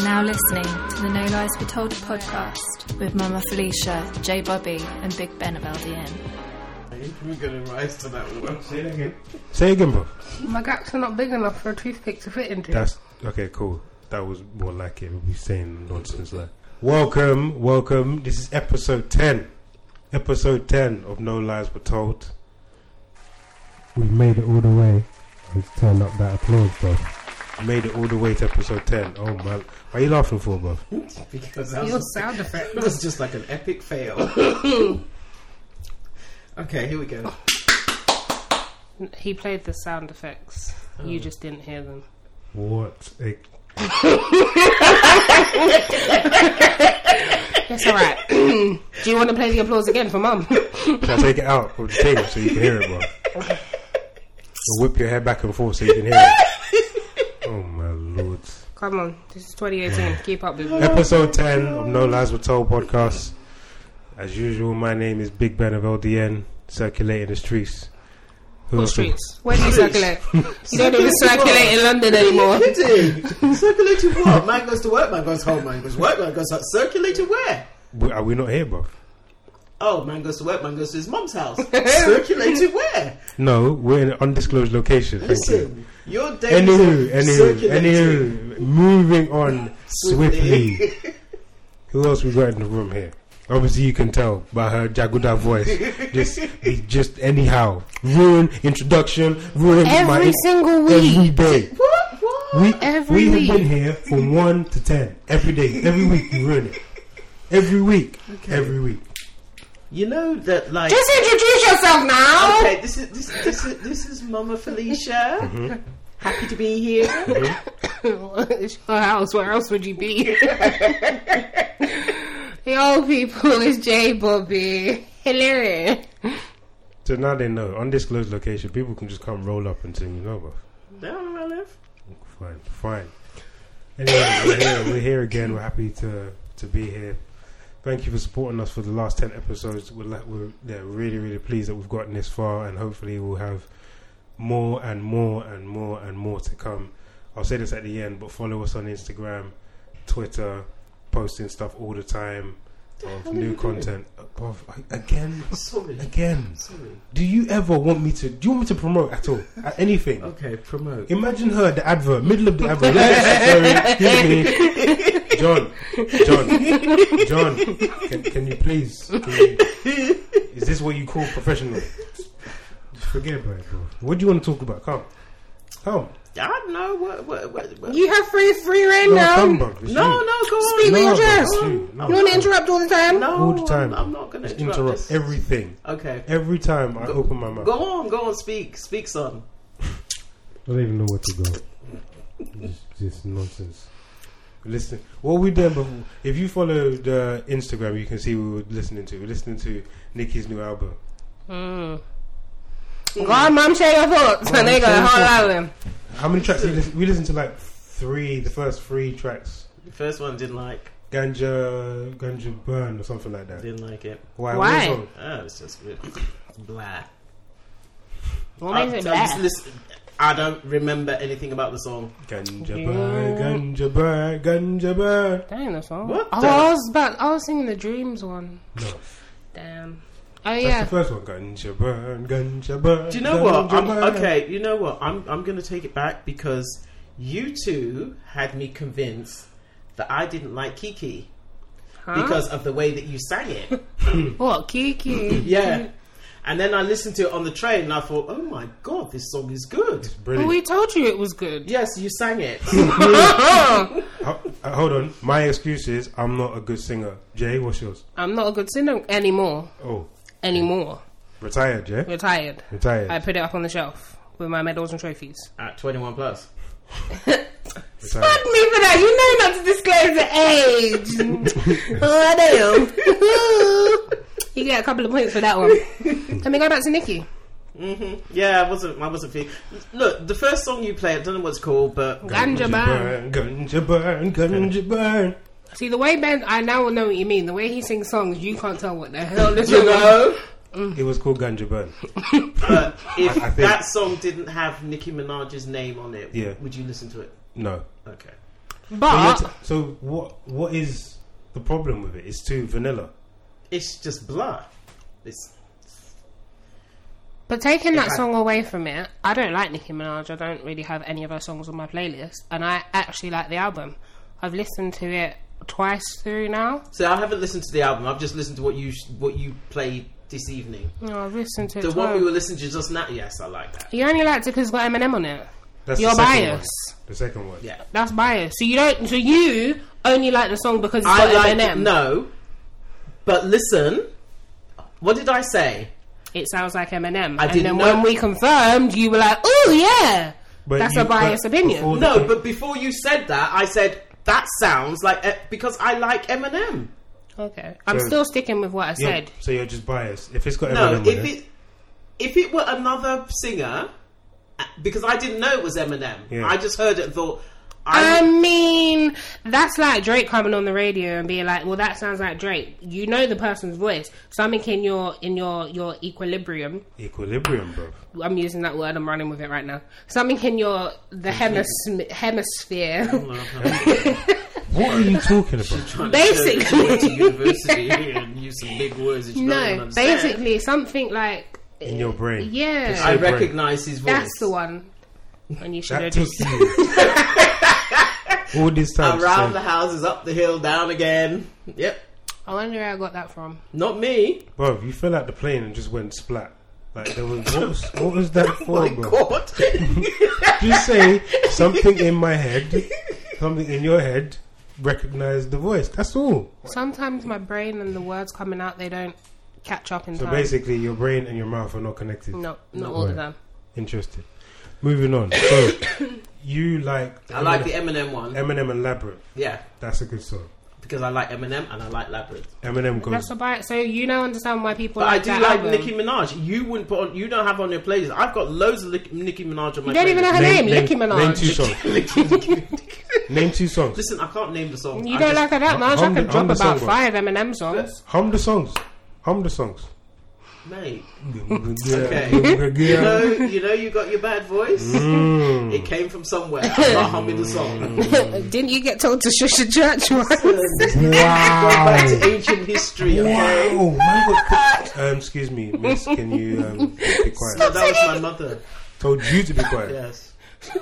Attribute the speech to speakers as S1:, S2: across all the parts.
S1: now listening to the No Lies Be Told podcast with Mama Felicia, J Bobby, and Big Ben of LDN.
S2: We're gonna rise to that one.
S3: Say it again. Say it again, bro.
S4: My gaps are not big enough for a toothpick to fit into.
S3: That's okay. Cool. That was more like it. We saying nonsense like. Welcome, welcome. This is episode ten. Episode ten of No Lies Were Told.
S5: We've made it all the way. We've turned up that applause, bro.
S3: Made it all the way to episode ten. Oh man, what are you laughing for, bro?
S2: Because that
S4: Your
S2: was,
S4: sound effect.
S2: that was just like an epic fail. okay, here we go.
S4: He played the sound effects. You just didn't hear them.
S3: What? A,
S4: It's all right. Do you want to play the applause again for Mum?
S3: can I take it out of the table so you can hear it, bro? Or whip your hair back and forth so you can hear it. Oh my lord.
S4: Come on, this is 2018. Keep up, boo.
S3: Episode 10 of No Lies Were Told podcast. As usual, my name is Big Ben of LDN, circulating the streets. Who
S4: What
S3: else we-
S4: streets? Where do you circulate? You don't even circulate in London anymore.
S2: You do. Circulate to what? Man goes to work, man goes home, man goes to work, man goes home. Circulate to where?
S3: we- Are we not here, bro?
S2: Oh, man goes to work, man goes to his mom's house. Circulate to where?
S3: No, we're in an undisclosed location. Thank you.
S2: Listen, your day
S3: Anywho,
S2: is
S3: anywho,
S2: circulating
S3: anywho, moving on
S2: swiftly.
S3: swiftly. Who else we got in the room here? Obviously, you can tell by her Jaguda voice. just, just anyhow, ruin introduction, ruin my
S4: Every single week.
S3: every day.
S2: What? What?
S3: We,
S4: Every
S3: we
S4: week.
S3: have been here from 1 to 10. Every day. Every week you ruin it. Every week. Every week.
S2: You know that, like.
S4: Just introduce yourself now.
S2: Okay, this is this, this is this is Mama Felicia.
S3: Mm-hmm.
S2: Happy to be here.
S4: it's your house. Where else would you be? Yo, people, it's J Bobby. Hilarious.
S3: So now they know. Undisclosed location. People can just come roll up and say, you know, bro.
S2: Down where I live.
S3: Fine. Fine. Anyway, we're here. We're here again. We're happy to, to be here. Thank you for supporting us for the last 10 episodes. We're, like, we're yeah, really, really pleased that we've gotten this far and hopefully we'll have more and more and more and more to come. I'll say this at the end, but follow us on Instagram, Twitter, posting stuff all the time of new content. Above, again,
S2: Sorry,
S3: again.
S2: sorry.
S3: Do you ever want me to? Do you want me to promote at all? At anything?
S2: Okay, promote.
S3: Imagine her, the advert, middle of the advert. Excuse me. John, John, John, can, can you please? can you- is this what you call professional? Just forget about it, bro. What do you want to talk about? Come. Come.
S2: I don't know what. what, what, what.
S4: You have free free reign
S3: No,
S4: now.
S3: come, bro. It's
S2: no,
S3: you.
S2: no, go on.
S4: Speak
S3: No,
S4: with your
S3: bro,
S4: chest.
S3: it's you. No,
S4: You want to
S3: come.
S4: interrupt all the time?
S2: No,
S3: All the time.
S2: I'm, I'm not going to
S3: Just
S2: interrupt.
S3: interrupt
S2: Just-
S3: everything.
S2: Okay.
S3: Every time I open my mouth.
S2: Go on, go on, speak. Speak, son.
S3: I don't even know where to go. This, this nonsense. Listen, what we done before. If you follow the Instagram, you can see we were listening to. We're listening to Nicki's new album.
S4: Mm. Go on, mum, share your thoughts.
S3: Go on,
S4: And they
S3: share
S4: got a
S3: your
S4: whole
S3: thoughts.
S4: lot of them.
S3: How many tracks? We listened, we listened to like three, the first three tracks.
S2: The first one didn't like.
S3: Ganja, Ganja Burn, or something like that.
S2: Didn't like it.
S3: Why?
S4: Why?
S3: what song?
S2: Oh, it's just good. Blah.
S4: What
S2: I,
S4: makes it
S2: I'm just
S4: bad?
S2: listen- I don't remember anything about the song.
S3: Ganja Burn, Ganja Burn, Ganja Burn.
S4: That ain't the song.
S2: What
S4: Oh,
S2: the-
S4: I was about, I was singing the dreams one.
S3: No,
S4: Damn. Oh
S3: that's
S4: yeah.
S3: the first one. Ganja Burn, Ganja Burn.
S2: Do you know what?
S3: Ganja
S2: I'm,
S3: Burn.
S2: okay, you know what? I'm I'm going to take it back because you two had me convinced that I didn't like Kiki
S4: Huh?
S2: because of the way that you sang it.
S4: what Kiki?
S2: Yeah. And then I listened to it on the train and I thought, oh my god, this song is good.
S4: Well,
S3: Brilliant.
S4: we told you it was good.
S2: Yes, you sang it.
S3: Ho- uh, hold on. My excuse is I'm not a good singer. Jay, what's yours?
S4: I'm not a good singer anymore.
S3: Oh,
S4: Anymore.
S3: retired, Jay.
S4: Retired.
S3: Retired.
S4: I put it up on the shelf with my medals and trophies.
S2: At 21 plus.
S3: retired.
S4: Fuck me for that. You know not to disclose the age. oh, damn. you get a couple of points for that one. Let me go back to Nikki.
S2: hmm Yeah, I wasn't. I wasn't feeling. Look, the first song you played, I don't know what it's called, but
S4: Ganja burn.
S3: Ganja burn, ganja burn.
S4: See, the way Ben, I now know what you mean. The way he sings songs, you can't tell what the hell this
S2: you
S4: is.
S2: know.
S3: It was called ganja burn.
S2: But if
S3: I think-
S2: that song didn't have Nicki Minaj's name on it,
S3: Yeah.
S2: would you listen to it?
S3: No,
S2: Okay.
S4: But
S3: you're t- so what? What is the problem with it? It's too vanilla.
S2: It's just blah. It's
S4: but taking that
S2: If I-
S4: song away from it, I don't like Nicki Minaj. I don't really have any of her songs on my playlist, and I actually like the album. I've listened to it twice through now.
S2: so. I haven't listened to the album. I've just listened to what you what you played this evening.
S4: No, I've listened to it.
S2: The one
S4: twice.
S2: we were listening to just now. Yes, I like that.
S4: You only liked it because it's got Eminem on it.
S3: That's
S4: You're
S3: the second
S4: biased.
S3: One. The second one.
S2: Yeah,
S4: That's biased. So you don't. So you only like the song because it's
S2: I
S4: got
S2: like
S4: Eminem.
S2: no. But listen, what did I say?
S4: It sounds like Eminem.
S2: I
S4: and
S2: didn't
S4: then
S2: know-
S4: when we confirmed, you were like, "Oh yeah,
S3: But
S4: that's
S3: you-
S4: a biased
S3: but
S4: opinion."
S3: before the-
S2: No, but before you said that, I said that sounds like eh, because I like Eminem.
S4: Okay, I'm
S3: So-
S4: still sticking with what I
S3: Yeah,
S4: said.
S3: So you're just biased. If it's got
S2: No,
S3: Eminem on
S2: if
S3: it,
S2: it if it were another singer, uh, because I didn't know it was Eminem.
S3: Yeah.
S2: I just heard it and thought. I,
S4: I mean, that's like Drake coming on the radio and being like, "Well, that sounds like Drake." You know the person's voice. Something in your in your your equilibrium.
S3: equilibrium, bro.
S4: I'm using that word. I'm running with it right now. Something in your the hemis-
S3: Mm.
S4: hemisphere.
S3: What are you talking about?
S4: Basically-
S2: She went to university and used some big words that you don't
S4: no,
S2: understand.
S4: basically something like
S3: In your brain.
S4: Yeah.
S3: It's
S2: I
S3: your brain.
S2: recognise his voice.
S4: that's the one. And you should
S3: That
S4: have
S3: took
S4: just
S3: you all this time. to
S2: Around
S3: say-
S2: the houses, up the hill, down again. Yep,
S4: I wonder where I got that from.
S2: not me.
S3: Bro, you fell out the plane and just went splat. Like there was what was, what was that for,
S2: My
S3: bro?
S2: God.
S3: Just say something in my head, something in your head, recognize the voice. That's all.
S4: Sometimes my brain and the words coming out they don't catch up in
S3: So
S4: time.
S3: basically, your brain and your mouth are not connected.
S4: no, not all
S3: right.
S4: of them.
S3: Interesting. Moving on. So you like
S2: I like the Eminem one.
S3: Eminem and Labyrinth.
S2: Yeah,
S3: That's a good song.
S2: because I like Eminem and I like Labyrinth.
S3: Eminem
S4: That's
S3: goes.
S4: about so you now understand why people
S2: But I
S4: like
S2: do
S4: that
S2: like
S4: album.
S2: Nicki Minaj. You wouldn't put on. You don't have on your playlist. I've got loads of Lic- Nicki Minaj on my.
S4: You don't even know
S2: playlist.
S4: her name, Nicki
S3: Name
S4: Minaj.
S3: two songs. name two songs.
S2: Listen, I can't name the song.
S4: you
S2: I
S4: don't
S2: just-
S4: like her that
S3: hum-
S4: much. I
S3: hum the-
S4: could drop
S3: hum the
S4: about
S3: song,
S4: five Eminem songs.
S3: Hum the songs. Hum the songs.
S2: mate. You know,
S3: okay.
S2: you know, you got your bad voice.
S3: Mm.
S2: It came from somewhere. I'm not humming the song. Go
S4: Didn't you get told to shush the church once?
S2: back
S3: Wow.
S2: to ancient history. Okay,
S3: Wow. my God. Um, excuse me, miss, can you um, be
S2: No,
S3: quiet?
S2: that was my mother.
S3: Told you to be quiet.
S2: Yes.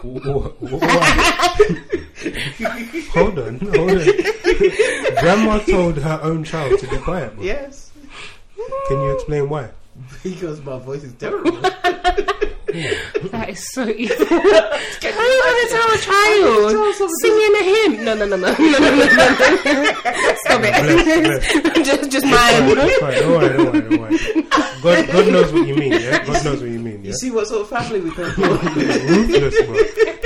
S3: Wha- wha- why? hold on, hold on. Grandma told her own child to be quiet. bro.
S2: Yes.
S3: Can you explain why?
S2: Because my voice is terrible.
S4: That is so evil. How you ever tell a child singing a hymn? No, no, no, no, no, no, no, no. Stop
S3: Bless,
S4: it. just, just
S3: Quiet,
S4: mine.
S3: quiet, Don't worry, don't worry, don't worry. God, God knows what you mean, yeah? God knows what you mean, yeah?
S2: You see what sort of family we come from?
S3: Ruthless, bro.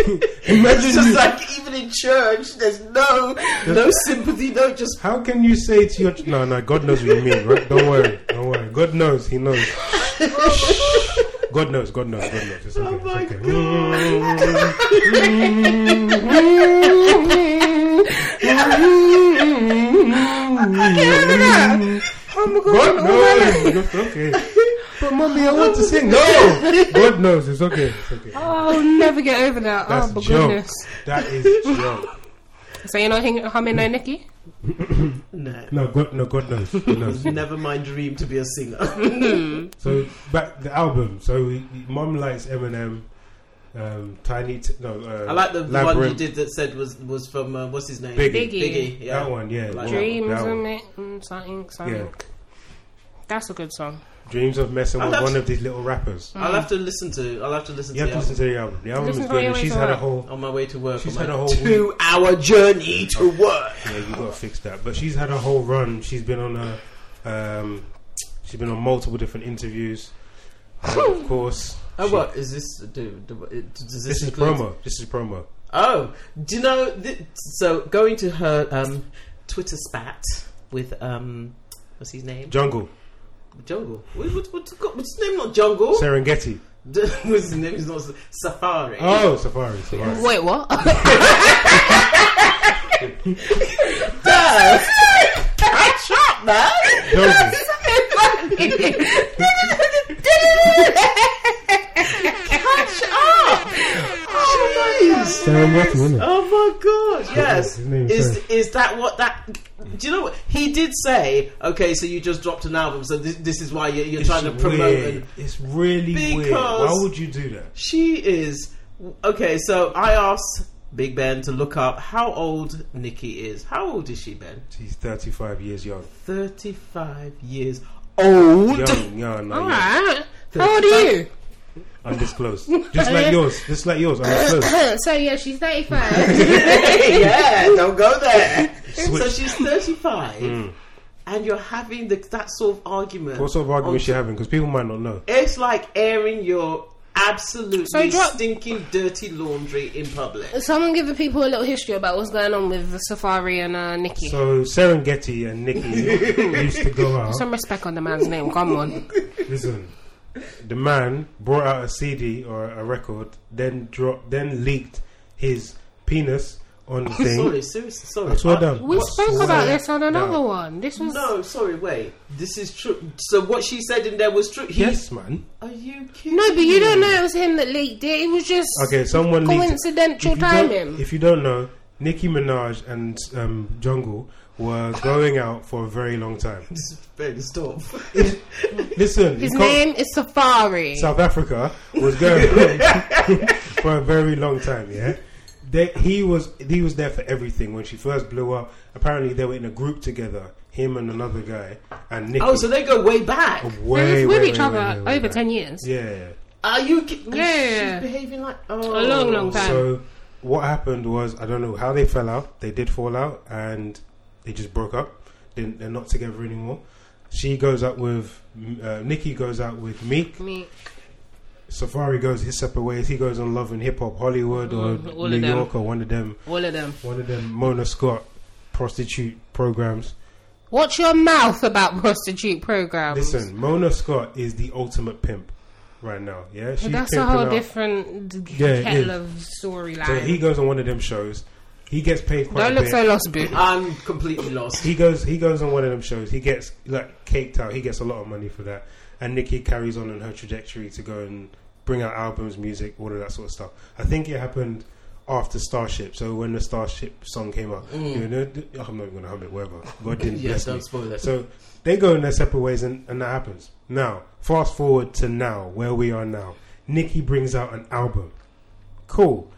S2: It's
S3: Imagine
S2: just
S3: you,
S2: like even in church, there's no no sympathy, no just
S3: How can you say to your... ch- No, no, God knows what you mean, right? Don't worry, don't worry. God knows, he knows. God knows, God knows, God knows. It's okay,
S2: Oh my
S3: it's okay. God knows. It's okay. But mommy, I want to sing. No, God knows. It's okay. It's okay.
S2: Ah,
S4: Oh, I'll never get over that.
S3: That's
S4: oh, but
S3: joke.
S4: goodness.
S3: That is joke.
S4: So you're not hing- humming no Nikki?
S2: no.
S3: No, God, no, God knows. God knows.
S2: Never my dream to be a singer.
S3: So back the album. So we- mom likes Eminem. Um, Tiny. T- no, uh,
S2: I like the one you
S3: Labyrinth.
S2: did that said was was from uh, what's his name
S3: Biggie.
S4: Biggie.
S2: Biggie, yeah.
S3: That one, yeah.
S2: Like
S3: Wow,
S4: Dreams
S3: that
S4: are
S3: one.
S4: making something, something.
S3: Yeah.
S4: That's a good song.
S3: Dreams of messing
S2: I'll
S3: with
S2: have
S3: one
S2: to-
S3: of these little rappers.
S2: I'll have to listen to. I'll have to listen
S3: You
S2: to.
S3: have
S2: the
S3: to
S2: album
S3: listen to the album. The album
S4: Listen
S3: is
S4: to it
S3: good.
S4: on
S3: And
S4: the
S3: she's
S4: way
S3: had
S4: to
S3: a whole.
S2: on my way to work.
S3: She's
S2: on my
S3: had a whole week.
S2: two-hour journey to work.
S3: Yeah, you gotta fix that. But she's had a whole run. She's been on a. Um, she's been on multiple different interviews. And of course.
S2: Oh,
S3: she-
S2: what is this? Do, do, it- does this,
S3: This is
S2: include-
S3: promo. This is promo.
S2: Oh, do you know? Th- so going to her um, Twitter spat with um, what's his name?
S3: Jungle.
S2: Jungle. What, what, what's, got- what's his name? Not Jungle.
S3: Serengeti.
S2: what's his name? Is not Safari.
S3: Oh, Safari. Safari.
S4: Wait, what?
S2: Yes. Catch up, man.
S3: Jungle.
S2: Catch up. Oh, nice.
S5: Serengeti, innit?
S2: Oh my gosh! Yes, that what that? Do you know what he did say? Okay, so you just dropped an album, so this, this is why you're, you're trying to promote.
S3: Weird.
S2: And
S3: It's really weird.
S2: Because-
S3: Why would you do that?
S2: she is okay. So I asked Big Ben to look up how old Nikki is. How old is she, Ben?
S3: She's 35 years young.
S2: Thirty-five years old.
S3: Young, young, not young.
S4: Alright. How old are you?
S3: Undisclosed. Just like yours. Just like yours. Undisclosed.
S4: so yeah, she's 35.
S2: yeah, don't go there. So
S3: Switch.
S2: she's 35, and you're having the, that sort of argument.
S3: Hmm. What sort of
S2: on-
S3: argument is she having? Because people might not know.
S2: It's like airing your absolutely
S4: So drop-
S2: stinking, dirty laundry in public.
S4: Someone give the people a little history about what's going on with Safari and uh, Nikki.
S3: So Serengeti and Nikki used to go out.
S4: Some respect on the man's name. Come on.
S3: Listen, the man brought out a CD or a record, then dropped, then leaked his penis on the thing.
S2: Sorry, seriously, sorry.
S3: That's well
S2: I-
S3: done.
S4: We
S2: what-
S4: spoke about this on another
S3: No.
S4: one. This was no.
S2: No, sorry, wait. This is true. So what she said in there was true. He,
S3: Yes, man.
S2: Are you kidding?
S4: but you don't know it was him that leaked it. It was just
S3: Hmm. Okay, someone leaked.
S4: coincidental
S3: If you don't-
S4: timing.
S3: If you don't know, Nicki Minaj and um, Jungle were going out for a very long time.
S2: Ben, stop.
S3: Listen,
S4: His
S3: you can't-
S4: name is Safari.
S3: South Africa was going on for a very long time. Yeah, they, he was he was there for everything when she first blew up. Apparently, they were in a group together, him and another guy, and Nick.
S2: oh, so they go way back.
S3: Oh.
S4: they was with each other over ten years.
S3: Yeah.
S2: Are you kidding?
S4: Yeah.
S2: She's behaving like... Oh.
S4: A long, long time.
S3: So what happened was I don't know how they fell out. They did fall out, and they just broke up. They, they're not together anymore. She goes out with uh, Nikki goes out with Meek.
S4: Me,
S3: Safari goes his separate ways. He goes on Love and Hip Hop Hollywood or
S4: Mm, all of
S3: New
S4: them.
S3: York or one of them,
S4: all of them.
S3: one of them Mona Scott prostitute programs.
S4: Watch your mouth about prostitute programs.
S3: Listen, Mona Scott is the ultimate pimp right now. Yeah, she's
S4: that's a whole
S3: pimping out.
S4: different d-
S3: Yeah, it is.
S4: kettle of storyline.
S3: So he goes on one of them shows. He gets paid quite
S4: Don't
S3: a
S4: look
S3: bit.
S4: so lost, boo.
S2: I'm completely lost.
S3: he goes he goes on one of them shows. He gets like caked out. He gets a lot of money for that. And Nikki carries on in her trajectory to go and bring out albums, music, all of that sort of stuff. I think it happened after Starship. So when the Starship song came out, you know, th- I'm not even gonna hum it. Whatever. God didn't
S2: Mm. Yeah,
S3: bless
S2: don't
S3: me.
S2: spoil it.
S3: So they go in their separate ways, and, and that happens. Now, fast forward to now, where we are now. Nikki brings out an album. Cool.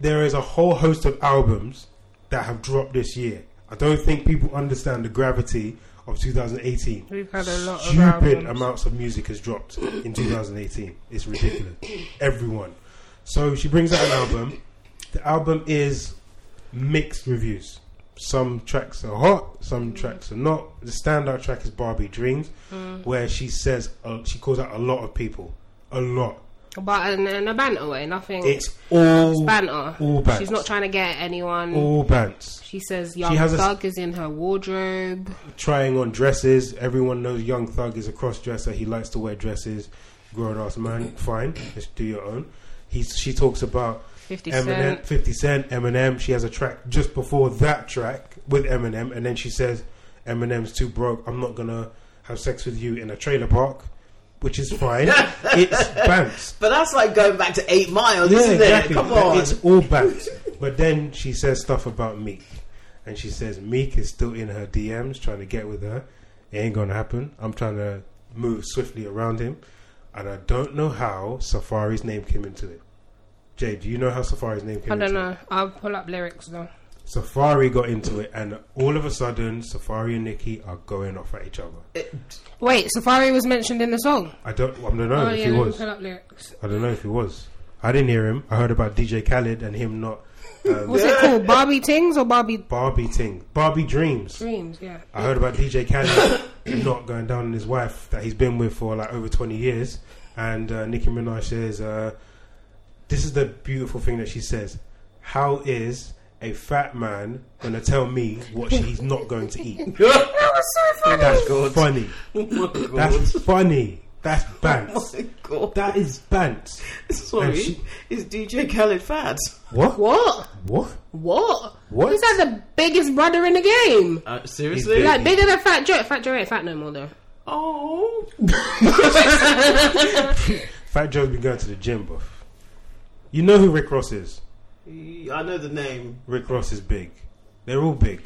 S3: There is a whole host of albums that have dropped this year. I don't think people understand the gravity of 2018.
S4: We've had a lot of
S3: Stupid
S4: albums.
S3: amounts of music has dropped in 2018. It's ridiculous. Everyone. So she brings out an album. The album is mixed reviews. Some tracks are hot,
S4: Mm.
S3: some tracks are not. The standout track is Barbie Dreams,
S4: Mm.
S3: where she says uh, she calls out a lot of people, a lot.
S4: But in, in a banter way, nothing.
S3: It's all
S4: banter.
S3: all banter.
S4: She's not trying to get anyone.
S3: all bands.
S4: she says Young
S3: has a s-
S4: Thug is in her wardrobe.
S3: trying on dresses. Everyone knows Young Thug is a cross dresser. He likes to wear dresses. Grown ass man, fine. Just do your own. He, she talks about
S4: 50
S3: Eminem,
S4: Cent.
S3: 50 Cent, Eminem. She has a track just before that track with Eminem, and then she says, Eminem's too broke. I'm not gonna have sex with you in a trailer park, which is fine. it's bants.
S2: But that's like going back to Eight Mile, isn't it? Come
S3: But
S2: on.
S3: It's all bats. but then she says stuff about Meek. And she says Meek is still in her DMs trying to get with her. It ain't gonna happen. I'm trying to move swiftly around him. And I don't know how Safari's name came into it. Jay, do you know how Safari's name came
S4: I don't
S3: into it?
S4: know. I'll pull up lyrics though.
S3: Safari got into it and all of a sudden Safari and Nikki are going off at each other.
S4: Wait, Safari was mentioned in the song.
S3: I don't I don't know
S4: oh
S3: if
S4: yeah,
S3: he
S4: let me
S3: was.
S4: pull up lyrics.
S3: I don't know if he was. I didn't hear him. I heard about DJ Khaled and him not um,
S4: What's it called? Barbie Tings or Barbie
S3: Barbie thing. Barbie dreams.
S4: Dreams? Yeah.
S3: I heard about DJ Khaled not going down on his wife that he's been with for like over 20 years. And uh, Nicki Minaj says, uh, This is the beautiful thing that she says. How is a fat man going to tell me what he's not going to eat?
S2: Oh
S3: That's funny. That's funny. That's bants.
S2: Oh God.
S3: That is bants.
S2: Sorry,
S3: And she-
S2: is DJ Khaled fat?
S3: What?
S4: What?
S3: What?
S4: What?
S3: What?
S4: He's like the biggest brother in the game.
S2: Uh, seriously?
S3: He's
S4: Like bigger than Fat Joe. Fat Joe ain't fat no more though.
S2: oh,
S3: Fat Joe's been going to the gym, buff. You know who Rick Ross is?
S2: I know the name.
S3: Rick Ross is big. They're all big.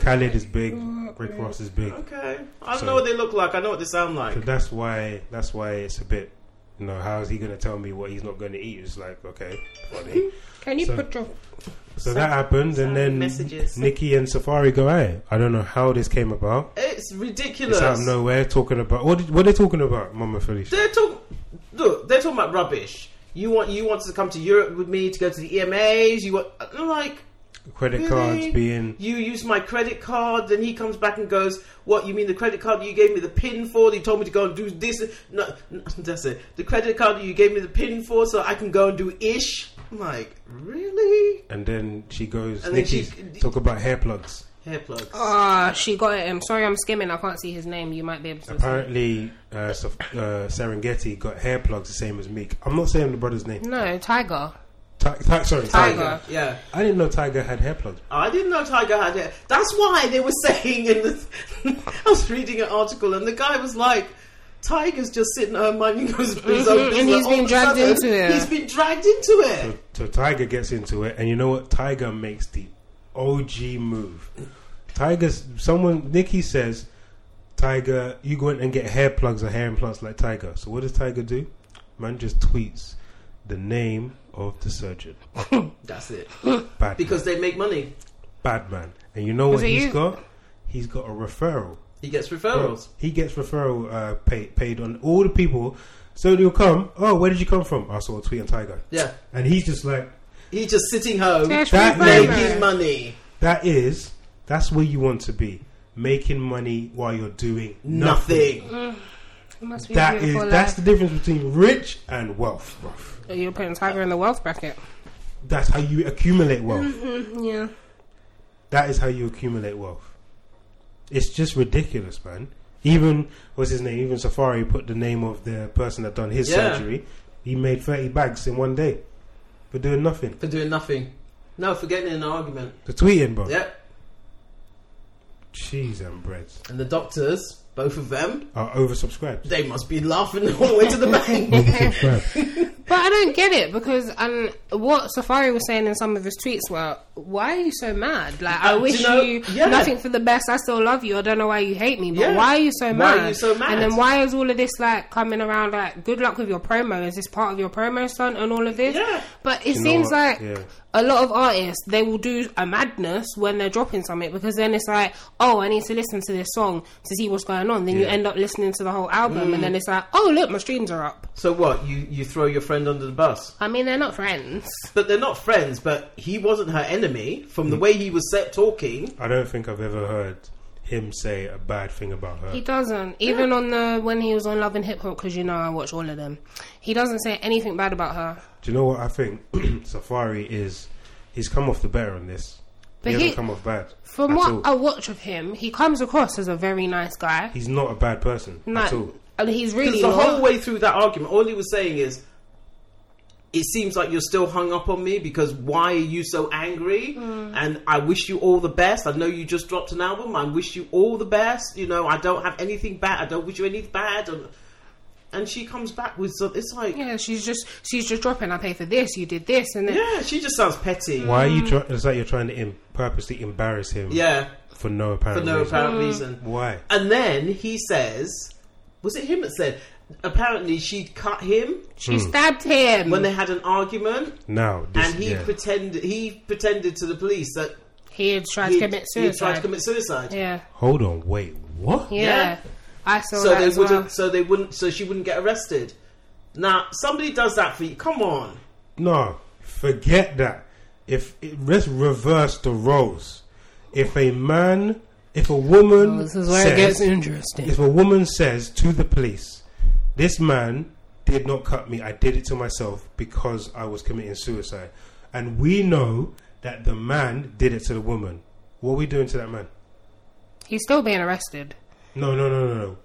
S3: Khaled is big. Rick Ross is big.
S2: Okay. I
S3: So-
S2: know what they look like. I know what they sound like.
S3: So that's why that's why it's a bit. You know, how is he going to tell me what he's not going to eat? It's like okay, funny.
S4: Can you
S3: So-
S4: put your
S3: So that happened, and then
S2: messages.
S3: Nikki and Safari go hey, I don't know how this came about.
S2: It's ridiculous.
S3: It's out of nowhere talking about what? Did, what are they talking about, Mama Felicia?
S2: They're talk- look, they're talking about rubbish. You want you wanted to come to Europe with me to go to the EMAs. You want I'm like
S3: Credit
S2: really?
S3: cards being
S2: you use my credit card. Then he comes back and goes, "What you mean the credit card you gave me the pin for? You told me to go and do this. No, no, that's it. The credit card you gave me the pin for, so I can go and do ish. I'm like really
S3: and then she goes.
S2: And then
S3: Nikki
S2: she-
S3: talk about hair plugs.
S2: hair plugs.
S4: Ah, she got it. I'm sorry, I'm skimming. I can't see his name. You might be able to.
S3: Apparently, uh, Saf- uh, Serengeti got hair plugs the same as Meek. I'm not saying the brother's name.
S4: No, Tiger.
S3: Ti- Ti- sorry,
S4: Tiger.
S3: Tiger.
S2: Yeah,
S3: I didn't know Tiger had hair plugs.
S2: I didn't know Tiger had hair. That's why they were saying in the. I was reading an article and the guy was like, "Tiger's just sitting at home minding his own business,
S4: Mhm, and he's
S2: all
S4: been
S2: of a
S4: dragged
S2: sudden,
S4: into it.
S2: He's been dragged into
S3: So,
S2: it.
S3: so Tiger gets into it, and you know what? Tiger makes the OG move. Tiger's someone. Nikki says, "Tiger, you go in and get hair plugs or hair implants like Tiger." So what does Tiger do? Man just tweets the name of the surgeon.
S2: That's it.
S3: Bad
S2: Because
S3: because
S2: they make money.
S3: bad man. And you know
S4: Was
S3: what
S4: it
S3: he's
S4: you?
S3: got? He's got a referral.
S2: He gets referrals.
S3: He gets referral uh, paid paid on all the people. So they'll come. Oh, where did you come from? I saw a tweet on Tiger,
S2: Yeah,
S3: and he's just like.
S2: he's just sitting home
S4: Cash
S3: That
S4: referral.
S3: name-
S2: making money.
S3: That is, that's where you want to be. Making money while you're doing nothing.
S2: Nothing.
S4: Must be
S3: That is,
S4: beautiful
S3: that's the
S4: life.
S3: difference between rich and wealth. bruv.
S4: You're putting Tiger in the wealth bracket.
S3: That's how you accumulate wealth.
S4: Yeah.
S3: That is how you accumulate wealth. It's just ridiculous, man. Even what's his name? Even Safari put the name of the person that done his
S2: Yeah.
S3: surgery. He made thirty bags in one day for doing nothing.
S2: For doing nothing. No, for getting in an argument.
S3: For tweeting, bro.
S2: Yep.
S3: Cheese and breads
S2: And the doctors, both of them,
S3: are oversubscribed.
S2: they must be laughing all the way to the bank.
S5: Subscribe.
S4: But I don't get it because and what Safari was saying in some of his tweets were, "Why are you so mad? Like I
S2: Uh, do
S4: wish
S2: you know-
S4: you
S2: yeah.
S4: nothing for the best. I still love you. I don't know why you hate me, but
S2: Yeah.
S4: why are you so
S2: Why
S4: mad?
S2: are you so mad?
S4: And then why is all of this like coming around? Like good luck with your promo. Is this part of your promo stunt and all of this?
S2: Yeah.
S4: But it
S3: You know
S4: seems
S3: what?
S4: like
S3: Yeah.
S4: a lot of artists they will do a madness when they're dropping something because then it's like, oh, I need to listen to this song to see what's going on. Then you
S3: Yeah.
S4: end up listening to the whole album,
S2: Mm.
S4: and then it's like, oh, look, my streams are up.
S2: so what? You you throw your friend under the bus?
S4: I mean, they're not friends.
S2: But they're not friends. But he wasn't her enemy. From the way he was set talking,
S3: I don't think I've ever heard him say a bad thing about her.
S4: He doesn't. Even on the when he was on Love and Hip Hop, because you know I watch all of them. He doesn't say anything bad about her.
S3: Do you know what I think? Safari is he's come off the better on this.
S4: But
S3: he,
S4: he-
S3: hasn't come off bad.
S4: From
S3: at
S4: what
S3: all.
S4: I watch of him, he comes across as a very nice guy.
S3: he's not a bad person at all.
S4: No, and he's really
S2: because the
S4: not.
S2: whole way through that argument, all he was saying is, "It seems like you're still hung up on me because why are you so angry?" And I wish you all the best. I know you just dropped an album. I wish you all the best. You know, I don't have anything bad. I don't wish you anything bad. And, and she comes back with so it's like, yeah.
S4: Yeah, she's just she's just dropping. I pay for this. You did this, and then
S2: she just sounds petty.
S3: Why are you?
S4: Mm.
S3: Try- it's like you're trying to Im- purposely embarrass him.
S2: Yeah,
S3: For no apparent
S2: for no
S3: reason.
S2: apparent reason.
S3: Why?
S2: And then he says, "Was it him that said?" Apparently, she cut him
S4: she stabbed him.
S2: Hmm. when they had an argument.
S3: Now this.
S2: and he
S3: yeah.
S2: pretended he pretended to the police that
S4: he had tried
S2: he,
S4: to commit
S2: he
S4: suicide.
S2: had tried to commit suicide.
S4: yeah,
S3: Hold on. Wait. What?
S4: yeah,
S2: Yeah.
S4: I saw
S2: So
S4: that
S2: they
S4: as
S2: wouldn't.
S4: well.
S2: So they wouldn't. So she wouldn't get arrested. Now somebody does that for you. Come on.
S3: No. Forget that. If it, let's reverse the roles. If a man, if a woman,
S4: Oh,
S3: says,
S4: interesting.
S3: If a woman says to the police, "This man did not cut me. I did it to myself because I was committing suicide," and we know that the man did it to the woman, what are we doing to that man?
S4: He's still being arrested.
S3: No, no, no, no, no.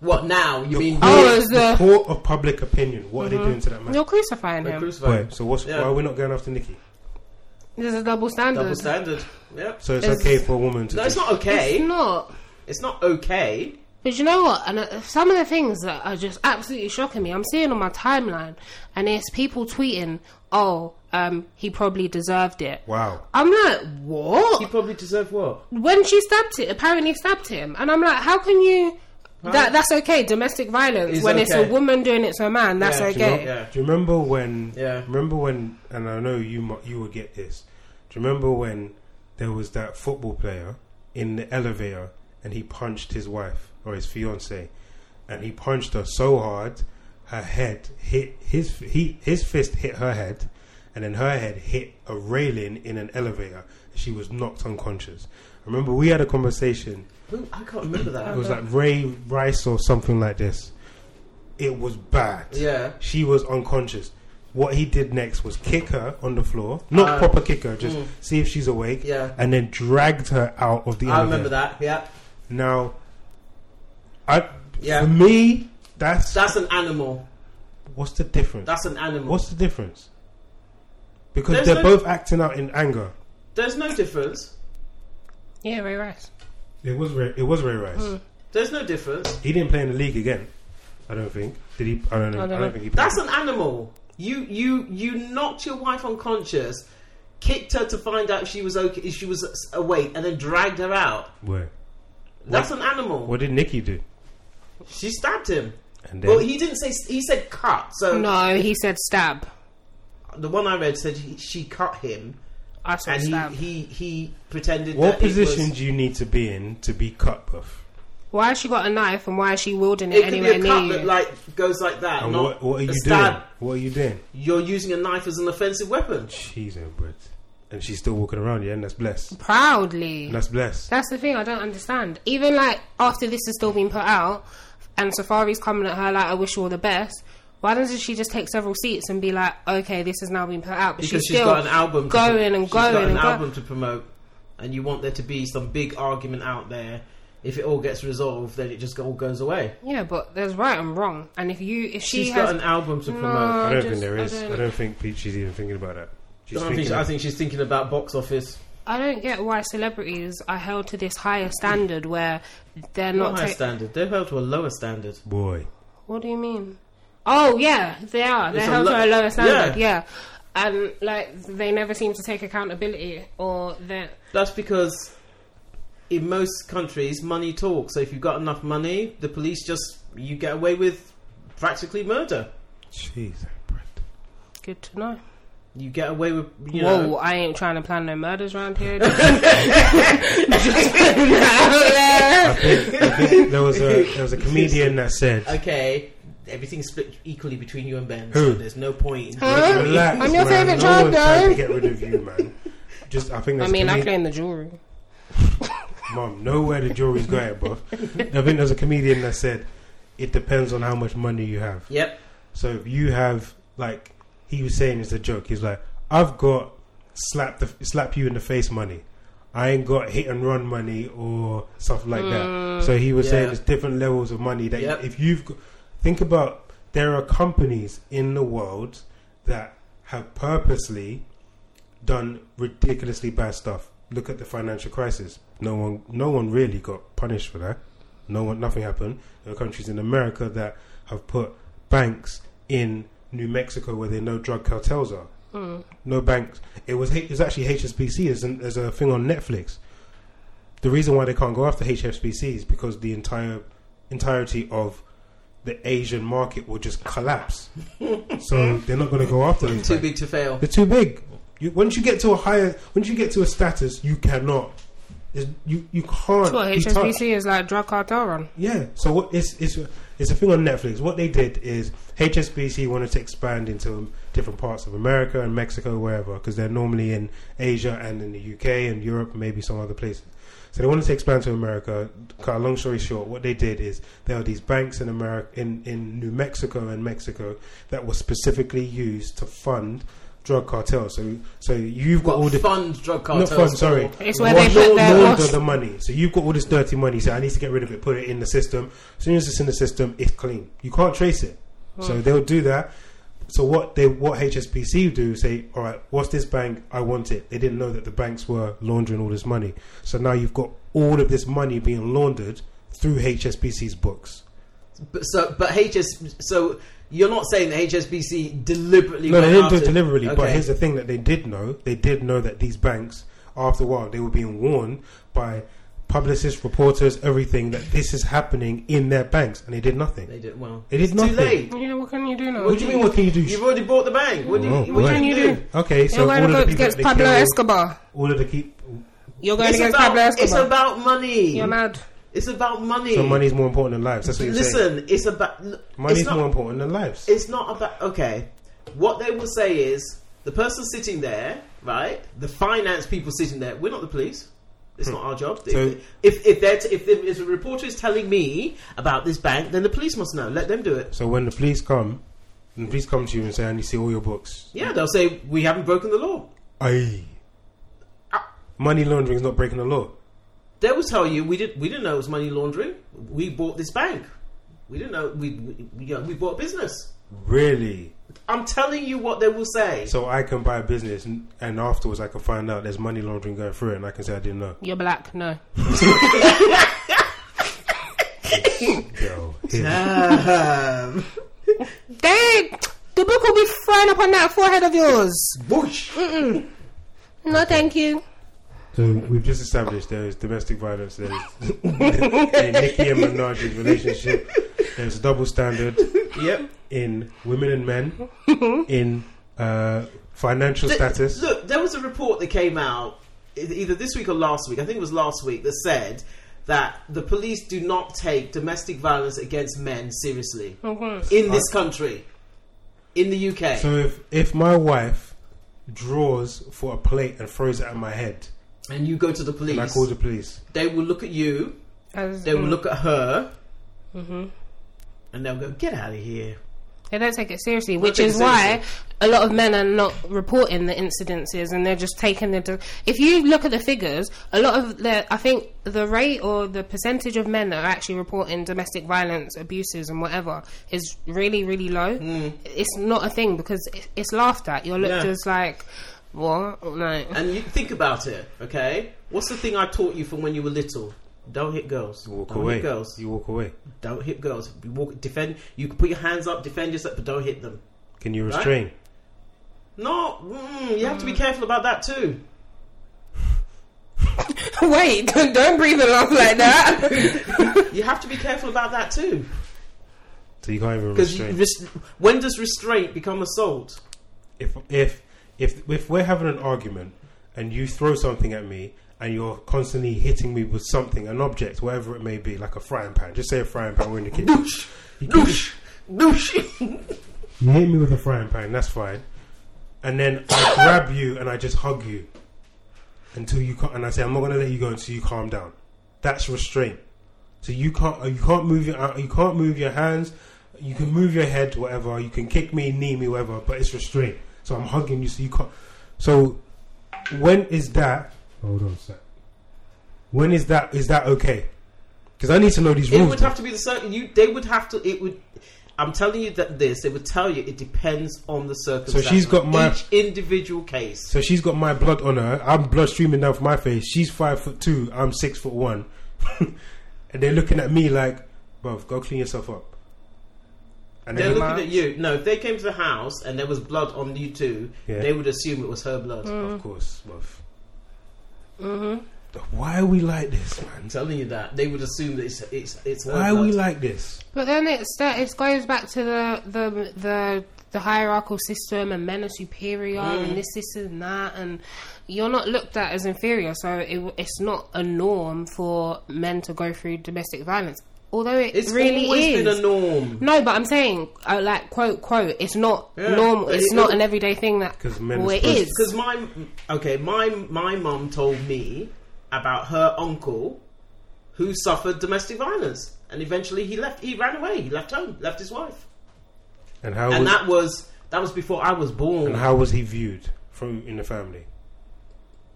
S2: What now? You
S3: The
S2: mean
S3: court,
S4: Oh, is
S3: the
S4: the- Mm-hmm.
S3: court of public opinion. What are they doing to that man?
S4: You're crucifying
S2: We're
S4: him.
S2: crucified?
S3: Wait, so what's,
S2: Yeah.
S3: why are we not going after Nikki?
S4: There's a double standard.
S2: Double standard. Yep.
S3: So it's,
S4: It's-
S3: okay for a woman to.
S2: No, it's
S3: just-
S2: not okay.
S4: It's not.
S2: It's not okay.
S4: But you know what? And uh, some of the things that are just absolutely shocking me, I'm seeing on my timeline, and it's people tweeting, "Oh, um, he probably deserved it.
S3: Wow.
S4: I'm like, what?
S2: He probably deserved what?
S4: when she stabbed it, apparently stabbed him, and I'm like, how can you? That that's okay. Domestic violence
S2: It's
S4: when it's a
S2: okay.
S4: woman doing it to a man, that's
S2: Yeah, do you
S4: okay.
S2: know- yeah.
S3: Do you remember when?
S2: Yeah.
S3: Remember when? And I know you mu- you will get this. Do you remember when there was that football player in the elevator and he punched his wife or his fiance, and he punched her so hard, her head hit his he his fist hit her head, and then her head hit a railing in an elevator. She was knocked unconscious. Remember, we had a conversation
S2: Who- I can't remember that.
S3: it was like Ray Rice or something like this. It was bad.
S2: Yeah.
S3: She was unconscious. What he did next was kick her on the floor, not
S2: Uh,
S3: proper kick her, just
S2: mm.
S3: see if she's awake,
S2: Yeah.
S3: and then dragged her out of the.
S2: I
S3: elevator.
S2: remember that. Yeah,
S3: Now, I
S2: Yeah.
S3: for me, that's
S2: that's an animal.
S3: what's the difference?
S2: That's an animal.
S3: what's the difference? Because
S2: There's
S3: they're
S2: no-
S3: both acting out in anger.
S2: There's no difference.
S4: Yeah, Ray Rice.
S3: It was Ray, it was Ray Rice.
S2: There's no difference.
S3: Mm. He didn't play in the league again. I don't think. Did he? I don't know. I don't,
S4: know.
S3: think he. Played.
S2: That's an animal. You you you knocked your wife unconscious, kicked her to find out she was okay, if she was awake, and then dragged her out.
S3: Where?
S2: That's an animal.
S3: What did Nikki do?
S2: She stabbed him.
S3: And then
S2: Well, he didn't say he said cut. So
S4: No, he said stab.
S2: the one I read said he, she cut him,
S4: I said
S2: and
S4: stab.
S2: he, he he pretended.
S3: what
S2: that it was-
S3: position do you need to be in to be cut buff?
S4: why has she got a knife and why is she wielding it,
S2: It could be
S4: anywhere
S2: a cut
S4: near
S2: that
S4: you?
S2: like goes like that.
S3: And
S2: not
S3: what, what are
S2: a
S3: you
S2: stab.
S3: doing? What are you doing?
S2: You're using a knife as an offensive weapon.
S3: She's in bread. And she's still walking around, yeah, and that's blessed.
S4: Proudly.
S3: And that's blessed.
S4: That's the thing I don't understand. Even like after this has still been put out, and Safari's coming at her like, "I wish you all the best." Why doesn't she just take several seats and be like, "Okay, this has now been put out," but
S2: Because
S4: she's
S2: she's
S4: still
S2: got an album to pro-
S4: going and
S2: she's got
S4: going
S2: an
S4: and going.
S2: album to promote, and you want there to be some big argument out there. If it all gets resolved, then it just all goes away.
S4: Yeah, but there's right and wrong, and if you if she
S2: She's
S4: has
S2: got an album to
S4: No,
S2: promote.
S3: I
S4: I
S3: don't
S4: just-
S3: think there
S4: I
S3: is. I
S4: don't-
S3: don't, think Pete, she's even thinking about that. She's
S2: I, don't
S3: thinking
S2: think, I think she's thinking about box office.
S4: I don't get why celebrities are held to this higher standard where they're
S2: Not
S4: not.
S2: high
S4: ta-
S2: standard. They're held to a lower standard.
S3: boy.
S4: what do you mean? Oh yeah, they are. They're
S2: It's a
S4: held
S2: lo-
S4: to a lower standard.
S2: Yeah.
S4: Yeah. and like they never seem to take accountability or that.
S2: That's because in most countries, money talks. So if you've got enough money, the police just you get away with practically murder.
S3: She's in bread.
S4: Good to know.
S2: You get away with you
S4: Whoa,
S2: know.
S4: I ain't trying to plan no murders round here. Just putting that out there.
S3: I think there was a there was a comedian that said
S2: Okay, everything's split equally between you and Ben. So
S3: Who?
S2: there's no point.
S4: Huh?
S3: Relax,
S4: I'm your
S3: man.
S4: favourite
S3: no
S4: child,
S3: one's trying to
S4: though."
S3: get rid of you, man. Just I think
S4: I
S3: there's a
S4: mean, I
S3: comedian-
S4: play in the jewelry.
S3: Mom, know where the jewelry's going, bruv. I think there's a comedian that said it depends on how much money you have.
S2: Yep.
S3: So if you have like he was saying it's a joke. He's like, I've got slap the slap you in the face money. I ain't got hit and run money or stuff like that. So he was saying
S2: Yeah.
S3: there's different levels of money that
S2: Yep.
S3: if you've got, think about there are companies in the world that have purposely done ridiculously bad stuff. Look at the financial crisis. No one, no one really got punished for that. No one, nothing happened. There are countries in America that have put banks in New Mexico where they know drug cartels are. No banks. It was H- it's actually HSBC. There's, an, there's a thing on Netflix. The reason why they can't go after HSBC is because the entire entirety of the Asian market will just collapse. so they're not going to go after them.
S2: Too big to fail.
S3: They're too big. You, once you get to a higher, once you get to a status, you cannot. There's- You you can't.
S4: That's what
S3: be touched.
S4: HSBC is like drug cartel run.
S3: Yeah. So what it's it's it's a thing on Netflix. What they did is HSBC wanted to expand into um, different parts of America and Mexico, wherever, because they're normally in Asia and in the UK and Europe, maybe some other places. So they wanted to expand to America. Cut a long story short, what they did is there are these banks in America, in in New Mexico and Mexico that were specifically used to fund drug cartels. So so you've got
S2: What,
S3: all the
S2: fund drug
S3: not
S2: cartels.
S3: fun, sorry.
S4: It's where they
S3: Wash-
S4: put their
S3: launder
S4: wash-
S3: the money. So you've got all this dirty money. So I need to get rid of it. Put it in the system. As soon as it's in the system, it's clean. You can't trace it. So they'll do that. So what they what HSBC do is say, all right, what's this bank? I want it. They didn't know that the banks were laundering all this money. So now you've got all of this money being laundered through HSBC's books.
S2: But so, but HS, so You're not saying that HSBC deliberately.
S3: No,
S2: went
S3: they didn't do it
S2: after-
S3: deliberately. But
S2: Okay.
S3: here's the thing that they did know: they did know that these banks, after a while, they were being warned by publicists, reporters, everything that this is happening in their banks, and they did nothing.
S2: They did well.
S3: It is
S2: It's
S3: nothing.
S2: too late.
S4: Yeah, what can you do now?
S3: What do you mean? What can you do?
S2: You've already bought the bank. What, do you,
S3: Oh,
S2: what
S3: right.
S2: can you do?
S3: Okay, so all
S4: You're going
S3: of
S4: to
S3: the people
S4: go
S3: that
S4: against
S3: they
S4: Pablo
S3: killed,
S4: Escobar.
S3: all of the keep.
S4: You're going
S2: It's
S4: against Pablo
S2: about, it's
S4: Escobar.
S2: about money.
S4: You're mad.
S2: It's about money.
S3: So money's more important than lives. That's what you're saying.
S2: Listen, it's about
S3: Money's
S2: it's not,
S3: more important than lives.
S2: It's not about okay. What they will say is the person sitting there, right? The finance people sitting there. We're not the police. It's not our job.
S3: So-
S2: if if they're t- if, the, if a reporter is telling me about this bank, then the police must know. Let them do it.
S3: So when the police come, when the police come to you and say, "I need to see all your books."
S2: Yeah, they'll say we haven't broken the law.
S3: Aye. Money laundering is not breaking the law.
S2: They will tell you we did we didn't know it was money laundering. We bought this bank. We didn't know we we, you know, we bought a business.
S3: Really?
S2: I'm telling you what they will say.
S3: So I can buy a business and and afterwards I can find out there's money laundering going through it and I can say I didn't know.
S4: You're black. No.
S3: Yo, here.
S2: Um,
S4: They, the book will be thrown up on that forehead of yours.
S2: whoosh.
S4: No, thank you.
S3: so we've just established there is domestic violence, there is a Nicki and Minaj's relationship, there's a double standard
S2: Yep.
S3: in women and men, in uh, financial
S2: Th-
S3: status.
S2: Look, there was a report that came out e- either this week or last week. I think it was last week that said that the police do not take domestic violence against men seriously in this country, in the UK.
S3: So if, if my wife draws for a plate and throws it at my head
S2: and you go to the police,
S3: and I call the police,
S2: they will look at you.
S4: As,
S2: They will look at her. And they'll go, get out of here.
S4: They don't take it seriously, which
S2: take it
S4: is why a lot of men are not reporting the incidences, and they're just taking the. do- If you look at the figures, a lot of the, I think the rate or the percentage of men that are actually reporting domestic violence, abuses, and whatever is really, really low. It's not a thing because it- it's laughed at. You're looked
S2: Hmm. Yeah.
S4: as like, what? No.
S2: And you think about it, okay? What's the thing I taught you from when you were little? Don't hit girls.
S3: you walk
S2: Don't
S3: away.
S2: Hit girls.
S3: You walk away.
S2: Don't hit girls. You walk, defend. You can put your hands up, defend yourself, but don't hit them.
S3: Can you restrain?
S2: No, mm, you have to be careful about that too.
S4: Wait, don't breathe it off like that.
S2: You have to be careful about that too.
S3: So you can't even
S2: Because
S3: restrain.
S2: when does restraint become assault?
S3: if if if if we're having an argument and you throw something at me and you're constantly hitting me with something, an object, whatever it may be, like a frying pan. Just say a frying pan. We're in the kitchen.
S2: Noosh,
S3: You, keep-
S2: noosh, noosh.
S3: you hit me with a frying pan. That's fine. And then I grab you and I just hug you until you ca- and I say I'm not going to let you go until you calm down. That's restraint. So you can't uh, you can't move your you can't move your hands. You can move your head, whatever. You can kick me, knee me, whatever. But it's restraint. So I'm hugging you, so you can't. So when is that?
S5: Hold on a sec.
S3: When is that? Is that okay? Because I need to know these
S2: It
S3: rules.
S2: would have to be the certain. You, they would have to. It would. I'm telling you that this. They would tell you it depends on the circumstance.
S3: she's got
S2: of
S3: my-
S2: each individual case.
S3: so she's got my blood on her. I'm blood streaming down from my face. She's five foot two. I'm six foot one. and they're looking at me like, "Bruv, go clean yourself up." And
S2: They're
S3: then
S2: looking at you. No, if they came to the house and there was blood on you too,
S3: Yeah.
S2: they would assume it was her blood.
S3: Of course, bruv. Why are we like this, man?
S2: I'm telling you that they would assume that it's it's it's her
S3: Why are
S2: blood.
S3: we like this?
S4: But then it's that it goes back to the the the, the hierarchical system and men are superior
S2: Mm.
S4: and this this and that and you're not looked at as inferior, so it, it's not a norm for men to go through domestic violence. Although it
S2: it's
S4: really
S2: always
S4: is.
S2: been a norm.
S4: no, but I'm saying, uh, like, quote, quote, it's not
S2: Yeah,
S4: normal.
S2: but
S4: It's
S2: it-
S4: not an everyday thing that.
S3: 'Cause men are
S4: well, it
S3: supposed-
S4: is.
S2: Because my okay, my my mum told me about her uncle who suffered domestic violence, and eventually he left. He ran away. He left home. Left his wife,
S3: And how
S2: and
S3: was
S2: that was that was before I was born.
S3: and how was he viewed from in the family?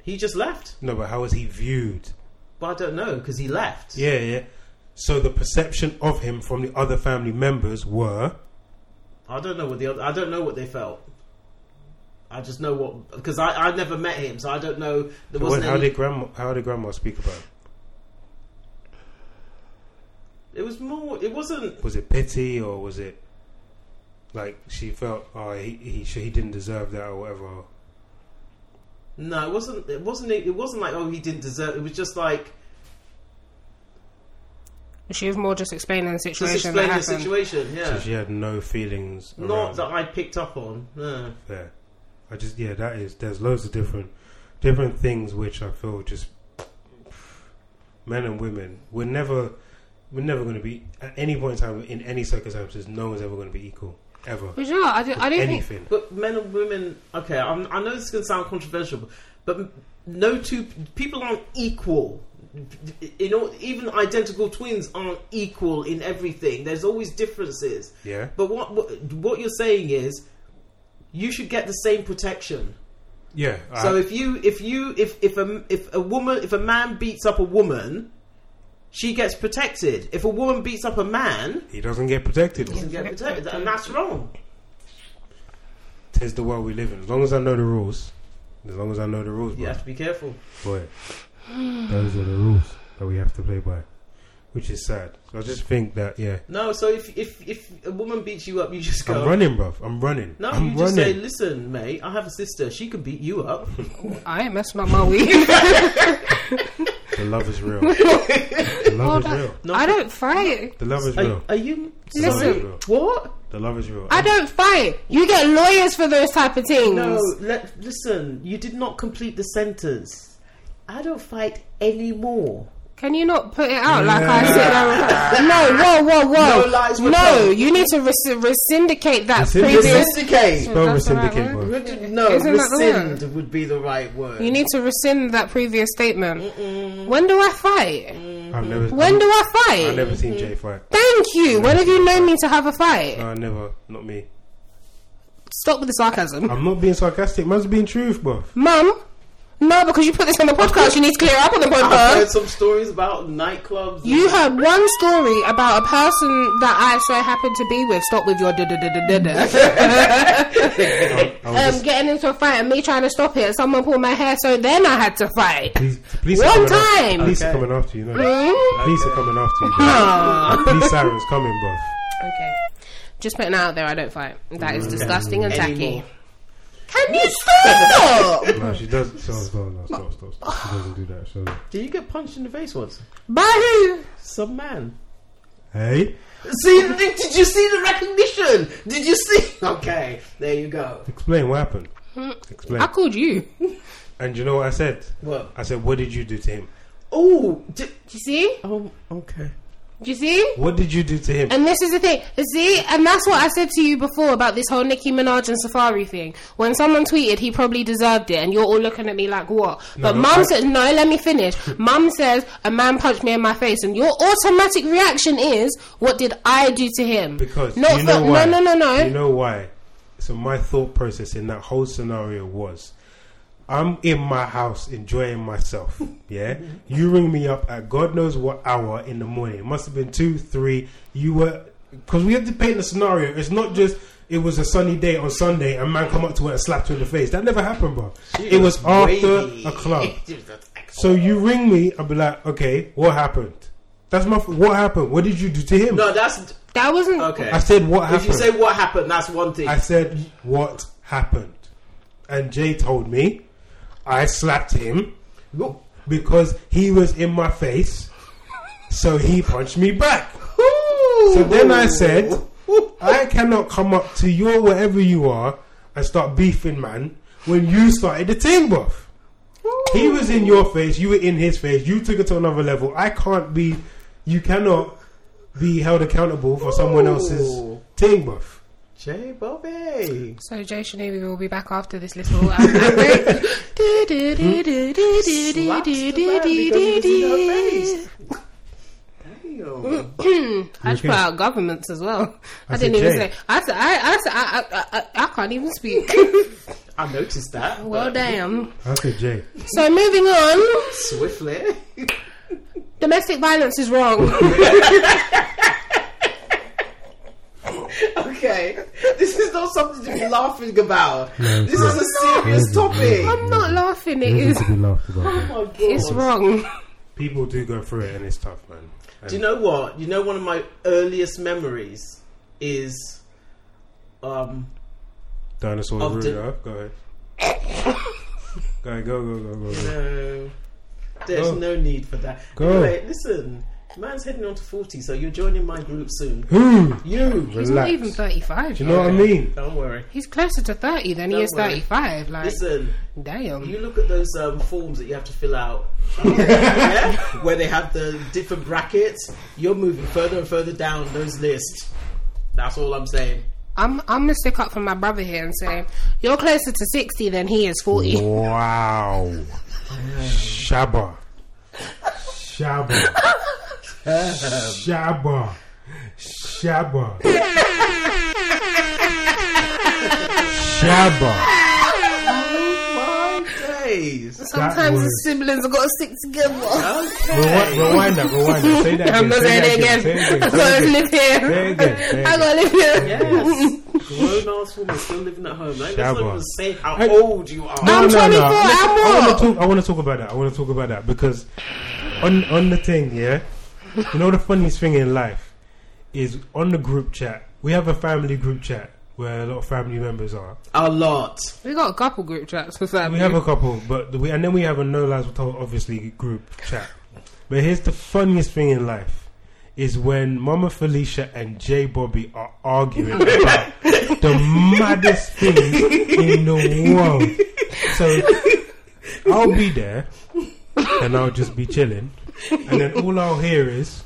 S2: he just left.
S3: No, but how was he viewed?
S2: But I don't know because he left.
S3: Yeah, yeah. So the perception of him from the other family members were
S2: I don't know what the other. I don't know what they felt. I just know what because I, I never met him, so I don't know. There
S3: But when,
S2: wasn't
S3: how
S2: any,
S3: did grandma how did grandma speak about it?
S2: it was more. It wasn't.
S3: Was it pity or was it Like she felt, oh, he he she, he didn't deserve that or whatever.
S2: No, it wasn't. It wasn't. It wasn't like oh, he didn't deserve. It was just like
S4: She was more just explaining the
S2: just
S4: situation.
S2: explain
S4: that
S2: the
S4: happened.
S2: situation.
S3: So
S2: Yeah,
S3: she had no feelings.
S2: not
S3: around
S2: that I picked up on. No.
S3: Yeah, I just yeah, that is. There's loads of different different things which I feel just men and women. We're never we're never going to be at any point in time in any circumstances. No one's ever going to be equal ever.
S4: But you know, what, I, do, I don't think
S3: anything.
S2: But men and women, okay, I'm, I know this is going to sound controversial, but no two people aren't equal. You know, even identical twins aren't equal in everything. There's always differences.
S3: Yeah.
S2: But what what, what you're saying is, you should get the same protection.
S3: Yeah.
S2: So
S3: I-
S2: if you if you if if a if a woman if a man beats up a woman, she gets protected. If a woman beats up a man,
S3: he doesn't get protected.
S2: she doesn't get protected, and that's wrong.
S3: Tis the world we live in. As long as I know the rules. As long as I know the rules,
S2: You
S3: bro.
S2: have to be careful.
S3: Boy, those are the rules that we have to play by, which is sad. So I just think that yeah,
S2: No, so if if if a woman beats you up, you just go.
S3: I'm running, bruv. I'm running.
S2: No,
S3: I'm
S2: you just say, "Listen, mate, I have a sister. She could beat you up."
S4: I ain't messing up my weed.
S3: The love is real. the love is real.
S2: No.
S4: I don't fight.
S3: The love is
S2: Are,
S3: real.
S2: are you
S3: The love is
S4: Listen.
S3: real.
S2: what?
S3: The love is real.
S4: I don't fight. You get lawyers for those type of things.
S2: No, let, listen. You did not complete the sentence. I don't fight anymore.
S4: Can you not put it out like I said? I was- no, whoa, whoa, whoa.
S2: No lies were
S4: No,
S2: told.
S4: you need to res- rescindicate that
S3: Rescind-
S4: previous.
S2: Syndicate.
S3: Spell
S4: That's the right
S3: rescindicate,
S4: word.
S3: bruv.
S2: No,
S4: Isn't that the
S2: rescind would be the right word.
S4: You need to rescind that previous statement. When do I fight?
S3: I've never.
S4: When do I
S3: I've
S4: fight?
S3: never seen Jay fight.
S4: Thank you. When have you known me to have a
S3: No,
S4: fight?
S3: I never. Not me.
S4: Stop with the sarcasm,
S3: I'm not being sarcastic. Man's being truth, bruv.
S4: mum. No, because you put this on the podcast, you need to clear it up on the
S2: I've heard
S4: podcast.
S2: some stories about nightclubs.
S4: You heard one story about a person that I so happened to be with. Stop with your da da da da da.
S3: I was
S4: um,
S3: just-
S4: getting into a fight and me trying to stop it. Someone pulled my hair, so then I had to fight.
S3: Police, police are
S4: One
S3: coming after-
S4: time.
S3: police are
S2: Okay.
S3: coming after you. No,
S4: Hmm?
S3: police are coming after you. bruv. Police sirens coming, bruv.
S4: Ah. Okay. Just putting it out there, I don't fight. That
S3: Mm.
S4: is disgusting and tacky.
S2: Anymore.
S4: Can you stop?
S3: No, she does. So,
S5: Stop, stop, stop, stop, stop. She doesn't do that, surely.
S2: Did you get punched in the face once?
S4: By who?
S2: Some man.
S3: hey,
S2: See, did did you see the recognition? Did you see? Okay, there you go.
S3: explain what happened. Explain.
S4: I called you.
S3: And you know what I said?
S2: What?
S3: I said, "What did you do to him?
S2: Oh, di-
S4: Do you see?
S2: oh, okay.
S4: Do you see?
S3: What did you do to him?"
S4: And this is the thing. See? And that's what I said to you before about this whole Nicki Minaj and Safari thing. When someone tweeted, he probably deserved it, and you're all looking at me like, what? but
S3: no,
S4: mum
S3: I-
S4: said, no, let me finish. mum says, a man punched me in my face, and your automatic reaction is, what did I do to him?
S3: Because
S4: no,
S3: you know
S4: no,
S3: why?
S4: no, no, no.
S3: You know why? So my thought process in that whole scenario was, I'm in my house enjoying myself. Yeah, you ring me up at God knows what hour in the morning. It must have been two, three. You were because we have to paint the scenario. It's not just. It was a sunny day on Sunday, and man come up to her and slapped her in the face. That never happened, bro. it was after
S2: Wavy.
S3: a club.
S2: She was like,
S3: So you ring me, I'll be like, okay, what happened? That's my. f- What happened? What did you do to him?
S2: No, that's
S4: That wasn't.
S2: okay.
S3: I said, what
S2: if
S3: happened?
S2: you say what happened, that's one thing.
S3: I said, what happened? And Jay told me I slapped him because he was in my face, so he punched me back. So then I said, I cannot come up to your wherever you are and start beefing, man, when you started the team buff. He was in your face, you were in his face, you took it to another level. I can't be, you cannot be held accountable for someone else's
S2: Ooh.
S3: team buff.
S2: Jay Bobby.
S4: So Jay Shinobi will be back after this little um, ad break. Do, do, do, do, do, do, do,
S2: Slaps the
S4: do, do,
S2: man
S4: do,
S2: because
S4: do,
S2: it was
S4: do.
S2: in Damn.
S4: I just
S3: Okay.
S4: put out governments as well. I,
S3: I
S4: didn't
S3: said
S4: even
S3: Jay.
S4: say. I said- I I said- I I, I, I can't even speak.
S2: I noticed that.
S4: well,
S2: but
S4: damn.
S3: I said, Jay.
S4: So moving on,
S2: Swiftly.
S4: domestic violence is wrong.
S2: okay. This is not something to be laughing about.
S5: No,
S2: This
S5: no.
S2: is a serious
S5: No, no,
S2: topic.
S4: I'm not laughing. It
S5: It
S4: is.
S5: isn't to be laughed about. though.
S2: Oh my God.
S4: It's wrong.
S3: People do go through it, and it's tough, man. And
S2: Do you know what? You know, one of my earliest memories is um,
S3: Dinosaur
S2: Of the-
S3: Ruler. Go ahead. go ahead. Go go go go. go.
S2: no, there's
S3: Go.
S2: no need for that.
S3: Go.
S2: Anyway, listen, man's heading on to 40, so you're joining my group soon.
S3: Who?
S2: You!
S4: He's not
S3: Relax.
S4: even 35.
S3: Do you know
S4: yet.
S3: what I mean?
S2: Don't worry.
S4: He's closer to 30 than
S2: Don't
S4: he is
S2: worry.
S4: 35. Like,
S2: Listen,
S4: damn.
S2: you look at those um, forms that you have to fill out yeah? where they have the different brackets. You're moving further and further down those lists. That's all I'm saying.
S4: I'm, I'm going to stick up for my brother here and say, you're closer to 60 than he is 40.
S3: Wow. Shabba. Shabba. Shabba. Shabba. Shabba.
S2: My days.
S4: Sometimes
S3: was-
S4: his siblings have got to stick together.
S3: Rewind, rewind that, rewind that. Say that again.
S4: I'm not
S3: say
S4: saying
S3: that
S4: it again.
S3: Say it
S4: I
S3: again.
S4: gotta
S3: Say it Say it again. Say
S4: live here.
S3: it
S4: I gotta live here.
S2: Yes. Grown ass woman still living at home. Like, that's not
S3: Shabba.
S2: even say how
S3: Hey.
S2: old you are.
S4: I'm 24, I'm
S3: I
S4: old.
S3: want to talk. I want to talk about that. I want to talk about that because on on the thing, yeah. You know the funniest thing in life is on the group chat. We have a family group chat where a lot of family members are.
S2: A lot.
S4: We got a couple group chats for
S3: We
S4: family.
S3: have a couple, but we and then we have a no lies told obviously group chat. But here's the funniest thing in life is when Mama Felicia and J Bobby are arguing about the maddest thing in the world. So I'll be there and I'll just be chilling, and then all I'll hear is,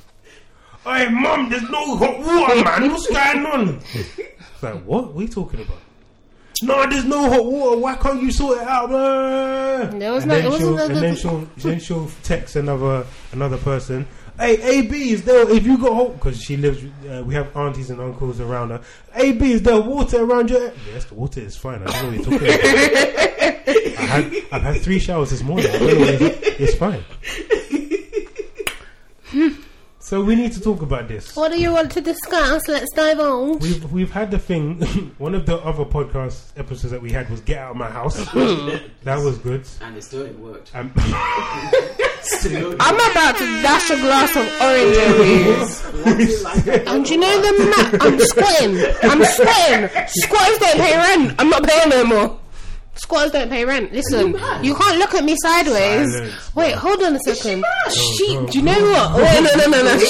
S3: "Hey, mom, there's no hot water, man. What's going on?" It's like, what? What are you talking about? No, there's no hot water. Why can't you sort it out?
S4: There
S3: No,
S4: was
S3: and
S4: no-
S3: Then
S4: it wasn't
S3: she'll,
S4: no-
S3: and then she'll, then she'll text another another person. Hey, AB, is there? If you got hot, because she lives, uh, we have aunties and uncles around her. AB, is there water around your? Yes, the water is fine. I don't know what you're talking about. I had, I've had three showers this morning. I don't know what you're- it's fine. so we need to talk about this
S4: What do you want to discuss? Let's dive on.
S3: we've we've had the thing. one of the other podcast episodes that we had was "Get Out of My House." that was good.
S2: And it still ain't worked.
S3: Um,
S2: Still
S4: I'm about to dash a glass of orange at you. And do you know the map? I'm squatting. I'm squatting. Squatters don't pay rent. I'm not paying no more. Squatters don't pay rent. Listen, you can't look at me sideways.
S3: Silence.
S4: Wait, hold on a second. She,
S3: No, no,
S4: do you know
S3: oh.
S4: what? Wait, no, no, no, no.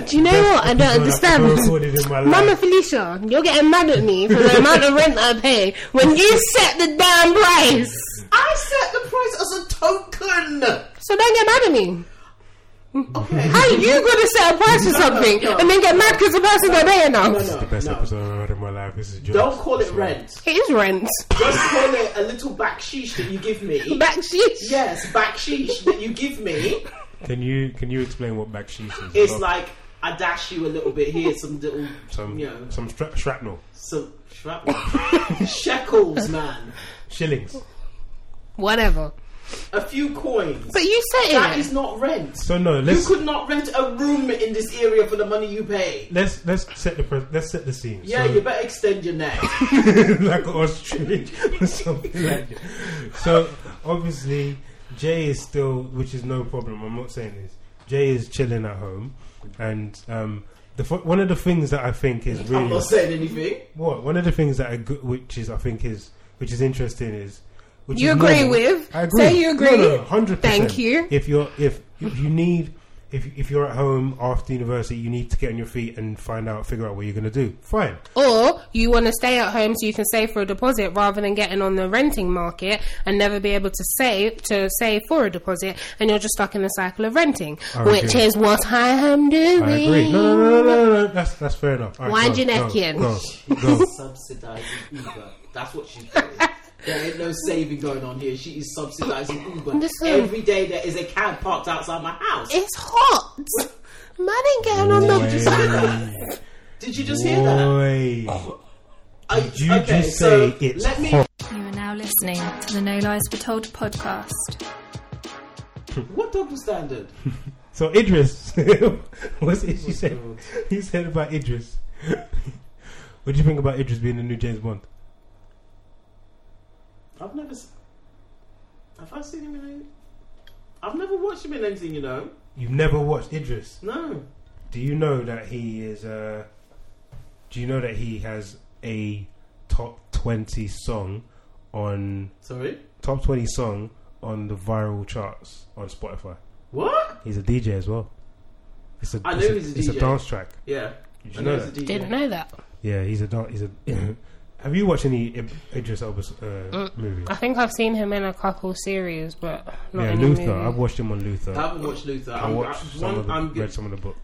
S4: Shit. Do you know what? I don't
S3: I've
S4: understand.
S3: ever recorded in my life.
S4: Mama Felicia, you're getting mad at me for the amount of rent I pay when you set the damn price.
S2: I set the price as a token.
S4: So don't get mad at me.
S2: Okay.
S4: How are you going to set a price for something and then get mad because the person's not there
S2: No,
S4: enough?
S2: no,
S3: the best
S2: no.
S3: episode I've had in my life. This is Jones.
S2: Don't call it rent.
S4: It is rent.
S2: Just call it a little backsheesh that you give me.
S4: Back sheesh.
S2: yes, backsheesh that you give me.
S3: Can you can you explain what back sheesh is?
S2: It's
S3: Not
S2: like I dash you a little bit here, some little,
S3: some
S2: you know,
S3: some stra- shrapnel
S2: some shrapnel. shekels, man.
S3: shillings.
S4: Whatever.
S2: A few coins.
S4: But you
S2: That
S4: set
S2: is
S4: it.
S2: not rent.
S3: So no,
S2: You
S3: let's
S2: could not rent a room in this area for the money you pay.
S3: let's let's set the pre- let's set the scene.
S2: Yeah,
S3: so,
S2: you better extend your neck.
S3: like an ostrich or something like that. So obviously Jay is still, which is no problem. I'm not saying this. Jay is chilling at home, and um, the f- one of the things that I think is
S2: I'm
S3: really
S2: not saying anything.
S3: what one of the things that I go- which is I think is which is interesting is which
S4: You
S3: is
S4: agree
S3: normal.
S4: with?
S3: I agree.
S4: Say you agree.
S3: No, no, hundred percent.
S4: Thank you.
S3: If you're if if you need if if you're at home after university, you need to get on your feet and find out figure out what you're going to do. Fine.
S4: Or you want to stay at home so you can save for a deposit rather than getting on the renting market and never be able to save to save for a deposit and you're just stuck in the cycle of renting,
S3: I
S4: which
S3: agree.
S4: is what I am doing.
S3: I agree. No, no, no, no, no, no. That's that's fair enough. All
S4: Wind
S3: go,
S4: your neck
S3: go,
S4: in.
S3: Go, go.
S2: subsidizing Uber. That's what she's doing. There ain't no saving going on here. She is subsidizing Uber.
S4: Listen.
S2: Every day there is a cab parked outside my house.
S4: It's hot. Man ain't getting on the.
S3: Oi,
S2: Did you just hear that?
S3: oi.
S2: I,
S3: you
S2: okay,
S3: just
S2: so
S3: say it's
S2: let me.
S3: hot?
S1: You are now listening to the No Lies Told podcast.
S2: What double standard?
S3: So Idris, what's it you said? He said about Idris. what do you think about Idris being the new James Bond?
S2: I've never. s- Have I seen him in? Any, I've never watched him in anything. You know?
S3: You've never watched Idris.
S2: No.
S3: Do you know that he is? Uh, do you know that he has a top twenty song on
S2: Sorry,
S3: top twenty song on the viral charts on Spotify.
S2: what?
S3: He's a DJ as well. It's a,
S2: I
S3: it's
S2: know
S3: a,
S2: he's a
S3: it's a
S2: DJ.
S3: dance track.
S2: Yeah,
S3: Did
S2: I
S3: you know
S2: he's
S3: that?
S2: a DJ.
S4: Didn't know that.
S3: Yeah, he's a dan- he's a. Have you watched any Id- Idris Elba's uh, movie?
S4: I think I've seen him in a couple series, but not
S3: Yeah,
S4: any
S3: Luther.
S4: movie.
S3: I've watched him on Luther.
S2: I haven't watched Luther.
S3: I
S2: I'm,
S3: watched
S2: I,
S3: some
S2: one,
S3: of the,
S2: I'm
S3: read
S2: good.
S3: some of the book.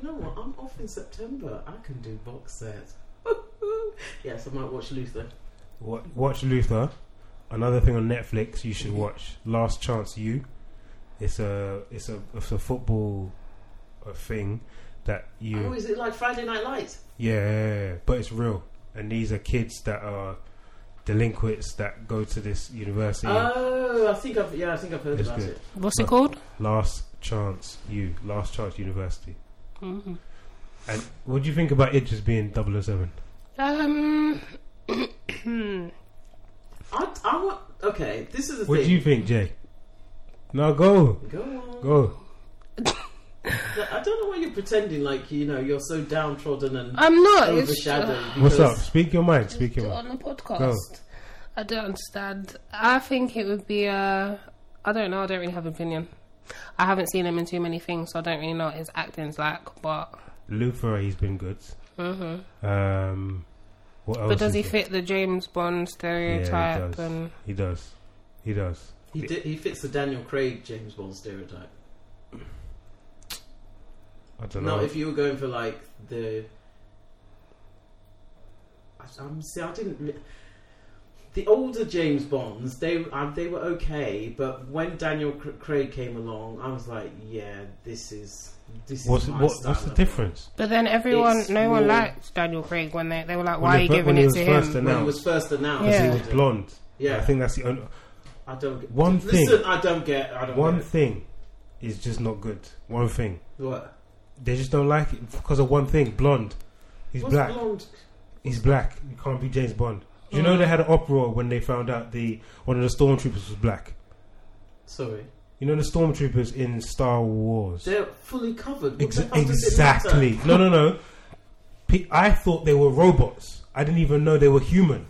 S2: You know what? I'm off in September. I can do box sets. yes, I might watch Luther.
S3: Wa- Watch Luther. Another thing on Netflix
S2: Mm-hmm.
S3: you should watch: Last Chance You. It's a it's a it's a football uh, thing that you
S2: Oh, is it like Friday Night Lights?
S3: Yeah, but it's real. And these are kids that are delinquents that go to this university.
S2: Oh, I think I've yeah, I think I've heard
S3: It's
S2: about
S3: good.
S2: it.
S4: What's it called?
S3: Last Chance U, Last Chance University.
S4: Mhm.
S3: And what do you think about it just being 007?
S4: Um,
S2: I, I want. Okay, this is the
S3: What
S2: thing.
S3: do you think, Jay? No, go,
S2: Go on.
S3: go.
S2: I don't know why you're pretending like you know you're so downtrodden and
S4: I'm not. It's,
S2: overshadowed.
S3: What's
S2: because-
S3: up? Speak your mind. Speak your mind.
S4: on the podcast. I don't understand. I think it would be. Uh, I don't know. I don't really have an opinion. I haven't seen him in too many things, so I don't really know what his acting's like. But
S3: Luther, he's been good. Um, what else?
S4: Mm-hmm. but does he
S3: is there?
S4: fit the James Bond
S3: Yeah, he
S4: stereotype?
S3: does.
S4: and
S3: He does. He does.
S2: He di- he fits the Daniel Craig James Bond stereotype.
S3: I don't know.
S2: Not if you were going for like the. I- I'm see. I didn't. re- The older James Bonds, they uh, they were okay, but when Daniel C- Craig came along, I was like, yeah, this is this
S3: what's
S2: is my
S3: what,
S2: style
S3: what's the
S2: of-
S3: difference?
S4: but then everyone,
S2: It's
S4: no one
S2: more-
S4: liked Daniel Craig when they they were like,
S3: When
S4: why are
S3: he
S4: you
S3: fir-
S4: giving
S3: when he
S4: it
S3: was
S4: to
S3: first
S4: him?
S2: When it
S3: announced,
S2: was first announced,
S4: Yeah.
S3: he was blonde.
S2: Yeah.
S3: I think that's the only.
S2: I don't. Get,
S3: One
S2: listen,
S3: thing-
S2: I don't get. I don't
S3: One
S2: get it.
S3: thing is just not good. One thing.
S2: What?
S3: They just don't like it because of one thing. Blonde. He's
S2: What's
S3: black.
S2: blonde? Oh.
S3: He's black. You can't be James Bond. Do you know they had an uproar when they found out the one of the stormtroopers was black?
S2: Sorry,
S3: You know the stormtroopers in Star Wars.
S2: they're fully covered. What the
S3: Ex-
S2: hell does it matter?
S3: exactly. No, no, no. Pe- I thought they were robots. I didn't even know they were human.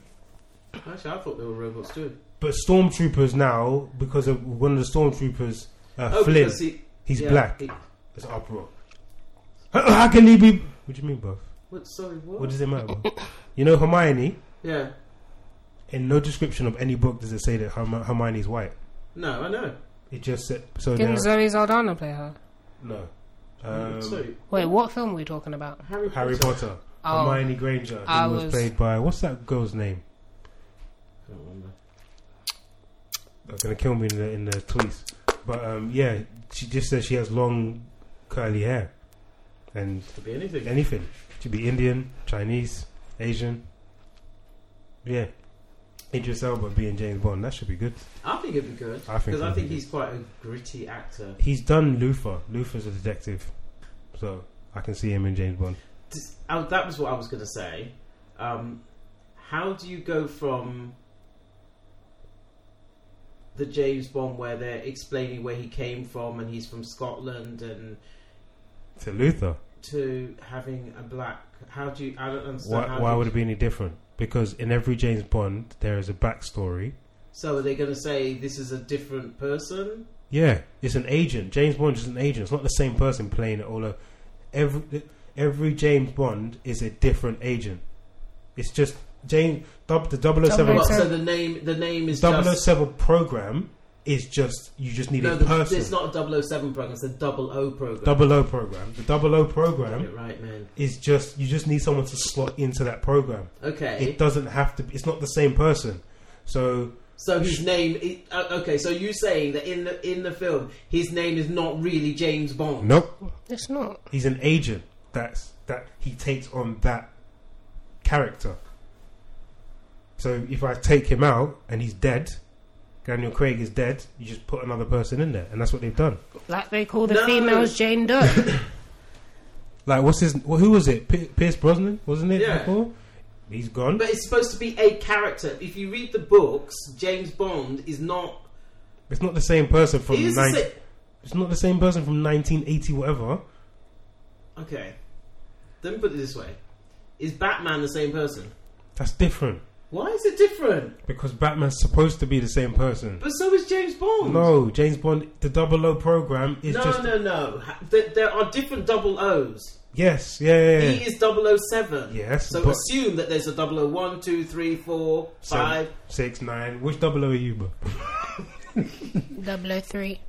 S2: Actually, I thought they were robots too.
S3: But stormtroopers now, because of one of the stormtroopers, uh,
S2: Oh,
S3: Flynn,
S2: because he-
S3: he's
S2: yeah,
S3: black.
S2: he-
S3: It's uproar. How, how can he be? What do you mean, bruv?
S2: what, sorry, what?
S3: What does it matter? bruv? you know Hermione.
S2: yeah.
S3: In no description of any book does it say that Herm- Hermione's white.
S2: No, I know.
S3: It just said so.
S4: Didn't
S3: there-
S4: Zoe Saldana play her?
S3: No. Um,
S2: Sorry,
S4: Wait, what film are we talking about?
S2: Harry,
S3: Harry
S2: Potter.
S3: Potter.
S4: Oh.
S3: Hermione Granger, who
S4: I
S3: was,
S4: was-
S3: played by what's that girl's name?
S2: I don't remember.
S3: They're gonna kill me in the in the tweets. But um, yeah, she just says she has long curly hair, and
S2: Could be anything.
S3: anything. She be Indian, Chinese, Asian. Yeah. Idris Elba being James Bond, that should be good.
S2: I think it'd be good
S3: I think
S2: because I
S3: it'd
S2: think
S3: be
S2: he's quite a gritty actor.
S3: He's done Luther. Luther's a detective. So I can see him in James Bond.
S2: Dis- oh, that was what I was going to say. Um, how do you go from the James Bond where they're explaining where he came from and he's from Scotland and
S3: To Luther.
S2: to having a black? How do you? I don't understand.
S3: Why,
S2: how
S3: why
S2: do
S3: would
S2: you-
S3: it be any different? Because in every James Bond, there is a backstory.
S2: So are they going to say this is a different person?
S3: Yeah, it's an agent. James Bond is an agent. It's not the same person playing it all over. Every, every James Bond is a different agent. It's just James, dub- the 007
S2: What,
S4: It's
S2: so
S4: a-
S2: the name, the name is just
S3: 007 program is just you just need
S2: No,
S3: a
S2: the,
S3: person.
S2: it's not a 007 program, it's a double O program.
S3: Double oh O program. The double O
S2: Got
S3: program
S2: it right, man.
S3: is just you just need someone to slot into that program.
S2: Okay.
S3: It doesn't have to. be It's not the same person. So
S2: so his name i- uh, okay, so you saying that in the in the film his name is not really James Bond.
S3: nope,
S4: It's not.
S3: he's an agent. That's that he takes on that character. So if I take him out and he's dead, Daniel Craig is dead. You just put another person in there, and that's what they've done.
S4: Like they call the
S2: No.
S4: females Jane Doe.
S3: Like what's his? Who was it? P- Pierce Brosnan wasn't it?
S2: Yeah.
S3: Before? He's gone.
S2: But it's supposed to be a character. If you read the books, James Bond is not
S3: It's not the same person from
S2: he is the
S3: 19,
S2: sa-
S3: It's not the same person from 1980 whatever.
S2: Okay. Let me put it this way. Is Batman the same person?
S3: That's different
S2: Why is it different?
S3: because Batman's supposed to be the same person.
S2: But so is James Bond.
S3: No, James Bond, the Double O program is
S2: no,
S3: just
S2: no, no. Ha- There, there are different double O's.
S3: yes, yeah, yeah,
S2: He
S3: yeah.
S2: is 007.
S3: Yes,
S2: So
S3: but-
S2: assume that there's a 001, 2, 3, 4,
S3: Seven,
S2: 5.
S3: six, nine. Which Double O are you, bro?
S4: 003.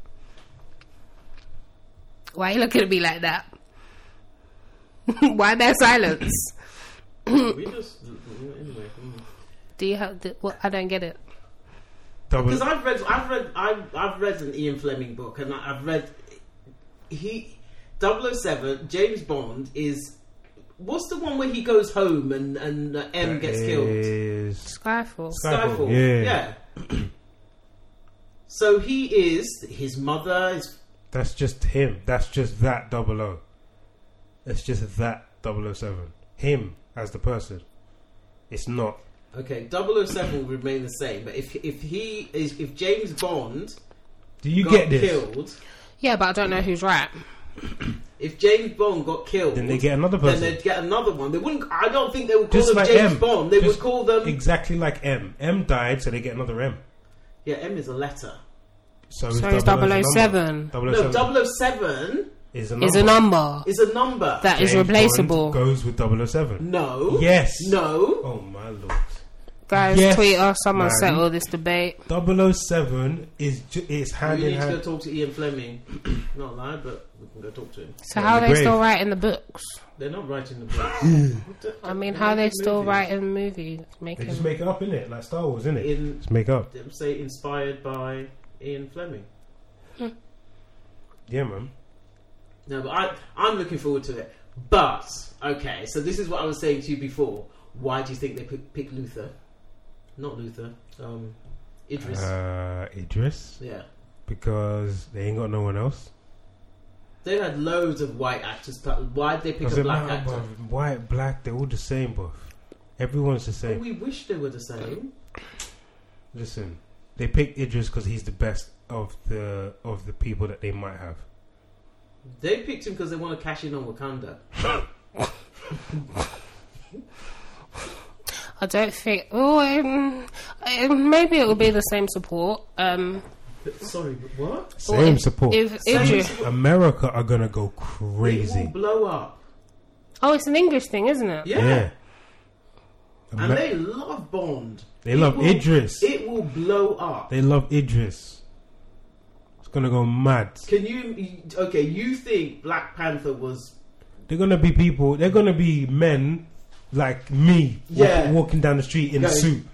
S4: Why are you looking at me like that? Why there silence?
S2: we just. Anyway. hmm.
S4: Do you have? The, what, I don't get it.
S3: Double.
S2: Because I've read, I've read, I've, I've read an Ian Fleming book, and I- I've read he 007 James Bond is what's the one where he goes home and and uh, M gets killed?
S3: Is
S4: Skyfall.
S3: Skyfall,
S2: Skyfall.
S3: yeah.
S2: yeah. so he is his mother. His,
S3: that's just him. That's just that Double O. It's just that 007. Him as the person. It's not.
S2: okay, 007 will remain the same, but if if he is if James Bond
S3: Do you
S2: got
S3: get this?
S2: killed,
S4: Yeah, but I don't know who's right.
S2: if James Bond got killed,
S3: Then they get another
S2: then
S3: person.
S2: they'd get another one. They wouldn't. I don't think they would call
S3: Just
S2: them
S3: like
S2: James
S3: M.
S2: Bond. They
S3: Just
S2: would call them.
S3: Exactly like M. M died, so they get another M.
S2: Yeah, M is a letter.
S3: So,
S4: So
S3: is
S4: it's 007.
S3: 007
S2: No, 007
S3: is a number.
S4: Is a number
S2: is a number.
S4: that is
S3: James Bond
S4: replaceable.
S3: goes with 007.
S2: no.
S3: Yes.
S2: No.
S3: Oh my lord.
S4: Guys,
S3: Yes,
S4: tweet us. Someone
S3: man.
S4: settle this debate.
S3: 007 is ju- it's hand
S2: we
S3: in
S2: need to go
S3: hand.
S2: talk to Ian Fleming. Not lie, but we can go talk to him.
S4: So
S3: Yeah,
S4: how are
S3: the
S4: they
S3: grave.
S4: still writing the books?
S2: They're not writing the book.
S4: I mean, how are they still writing movies?
S3: They
S4: Making
S3: just make it up in it, like Star Wars, in it.
S2: In
S3: Just make up.
S2: they say inspired by Ian Fleming.
S3: Yeah, man.
S2: No, but I I'm looking forward to it. But okay, so this is what I was saying to you before. Why do you think they pick, pick Luther? Not Luther. Um, Idris.
S3: Uh, Idris,
S2: yeah.
S3: because they ain't got no one else.
S2: They had loads of white actors. but Why'd they pick
S3: Does
S2: a
S3: it
S2: black
S3: matter,
S2: actor?
S3: bruv? White, black, they're all the same, bruv. Everyone's the
S2: But
S3: same.
S2: we wish they were the same.
S3: Listen, they picked Idris because he's the best of the of the people that they might have.
S2: They picked him because they want to cash in on Wakanda.
S4: I don't think. Oh, um, um, maybe it will be the same support. Um,
S2: But, sorry, but what?
S4: or
S3: Same
S4: if-
S3: support.
S4: If,
S2: Same
S4: Idris-
S2: support.
S3: America are gonna
S2: It
S3: go
S2: will
S3: crazy.
S2: blow up.
S4: oh, it's an English thing, isn't it?
S2: Yeah. And
S3: Amer-
S2: they love Bond.
S3: They love
S2: will-
S3: Idris.
S2: It will blow up.
S3: They love Idris. It's gonna go mad.
S2: Can you? Okay, you think Black Panther was?
S3: They're gonna be people. They're gonna be men like me walk-
S2: Yeah.
S3: walking down the street in a
S2: Yeah.
S3: suit.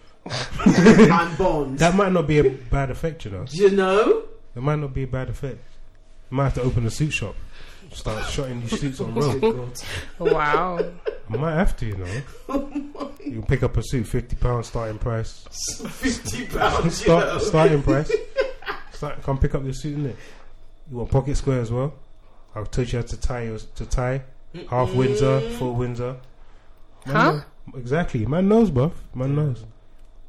S2: I'm Bond.
S3: That might not be a bad effect, you know.
S2: Do you know?
S3: It might not be a bad effect. Might have to open a suit shop. Start shotting these suits on road.
S4: Wow.
S3: I might have to, you know. You can pick up a suit, fifty pounds starting price.
S2: Fifty pounds. You know?
S3: Start, starting price. Start, come pick up your suit, innit? You want pocket square as well? I'll teach you how to tie your, to tie half Windsor, full Windsor. Man
S4: Huh?
S3: know- exactly. Man knows, buff. Man knows.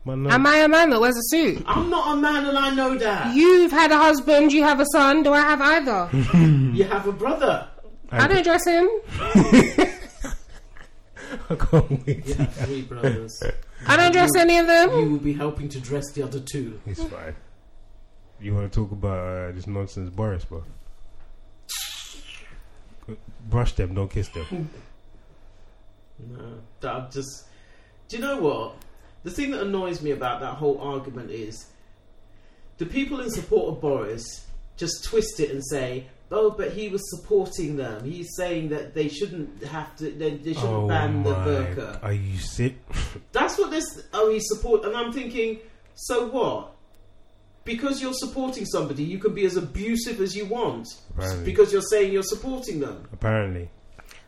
S3: Man knows.
S4: Am I a man that wears a suit?
S2: I'm not a man, and I know that.
S4: You've had a husband. You have a son. Do I have either?
S2: You have a brother.
S4: I don't dress him.
S3: I can't wait.
S2: You have three brothers.
S4: I don't dress any
S2: You
S4: of them.
S2: will be helping to dress the other two.
S3: It's fine. You want to talk about uh, this nonsense, Boris, bro? Brush them, don't kiss them.
S2: No, that I've just. Do you know what? The thing that annoys me about that whole argument is the people in support of Boris just twist it and say, "Oh, but he was supporting them. He's saying that they shouldn't have to. They, they shouldn't ban the burqa."
S3: Oh Are you sick?
S2: That's what this. Oh, he support. And I'm thinking, so what? Because you're supporting somebody, you can be as abusive as you want.
S3: Apparently.
S2: Because you're saying you're supporting them.
S3: Apparently.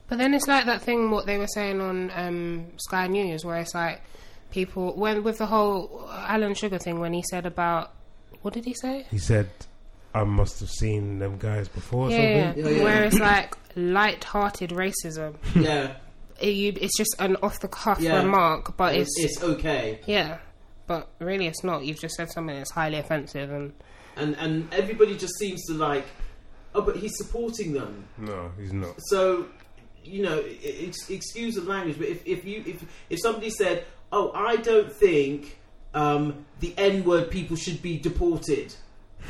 S4: But then it's like that thing what they were saying on um, Sky News, where it's like people when with the whole Alan Sugar thing when he said about what did he say?
S3: He said, I must have seen them guys before or
S4: Yeah,
S3: something.
S2: Yeah, yeah.
S4: where it's like light-hearted racism.
S2: yeah,
S4: It- you- it's just an off-the-cuff
S2: Yeah.
S4: remark, but
S2: it's,
S4: it's,
S2: it's okay.
S4: yeah, but really it's not. You've just said something that's highly offensive, and
S2: and and everybody just seems to like oh but he's supporting them
S3: No, he's not.
S2: so you know, i- it's, excuse the language, but if, if you if if somebody said, "Oh, I don't think um, the N word people should be deported,"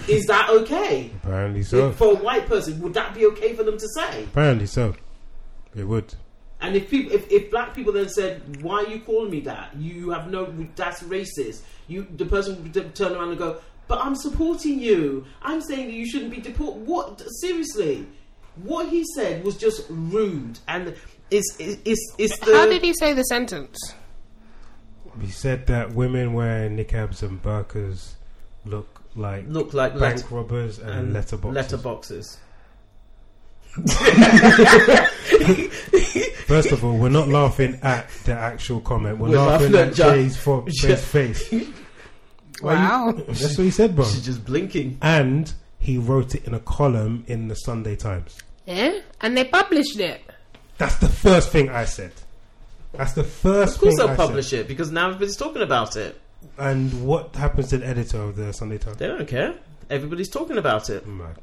S2: is that okay
S3: Apparently so.
S2: for a white person? Would that be okay for them to say?
S3: Apparently so. It would.
S2: And if people, if, if black people then said, "Why are you calling me that? You have no, that's racist." You, the person would d- turn around and go, "But I'm supporting you. I'm saying that you shouldn't be deported." What seriously? What he said was just rude, and it's it's it's, it's the.
S4: How did he say the sentence?
S3: He said that women wearing niqabs and burqas look like
S2: look like
S3: bank
S2: let-
S3: robbers and, letterboxes.
S2: letterboxes.
S3: First of all, we're not laughing at the actual comment. We're,
S2: We're
S3: laughing,
S2: laughing at
S3: at
S2: Ja-
S3: Jay's, fo-
S2: Ja-
S3: Jay's face. Why
S4: Wow.
S3: That's what he said, bro.
S2: She's just blinking.
S3: And he wrote it in a column in the Sunday Times.
S4: Yeah? And they published it.
S3: That's the first thing I said. That's the first
S2: Of course,
S3: thing
S2: they'll
S3: I
S2: publish it because now everybody's talking about it.
S3: said. And what happens to the editor of the Sunday Times?
S2: They don't care. Everybody's talking about it.
S3: Mad.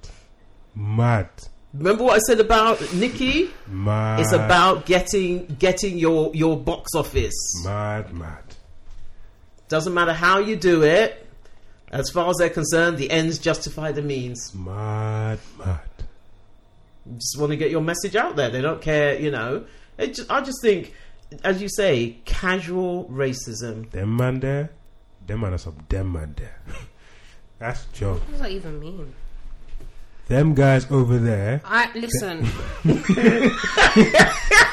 S3: Mad.
S2: Remember what I said about Nikki?
S3: Mad.
S2: It's about getting getting your your box office.
S3: Mad, mad.
S2: Doesn't matter how you do it. As far as they're concerned, the ends justify the means.
S3: Mad, mad.
S2: You just want to get your message out there. They don't care, you know. It just, I just think, as you say, casual racism.
S3: Them man there, them man are some them man there. That's a joke.
S4: What does that even mean?
S3: Them guys over there,
S4: I listen.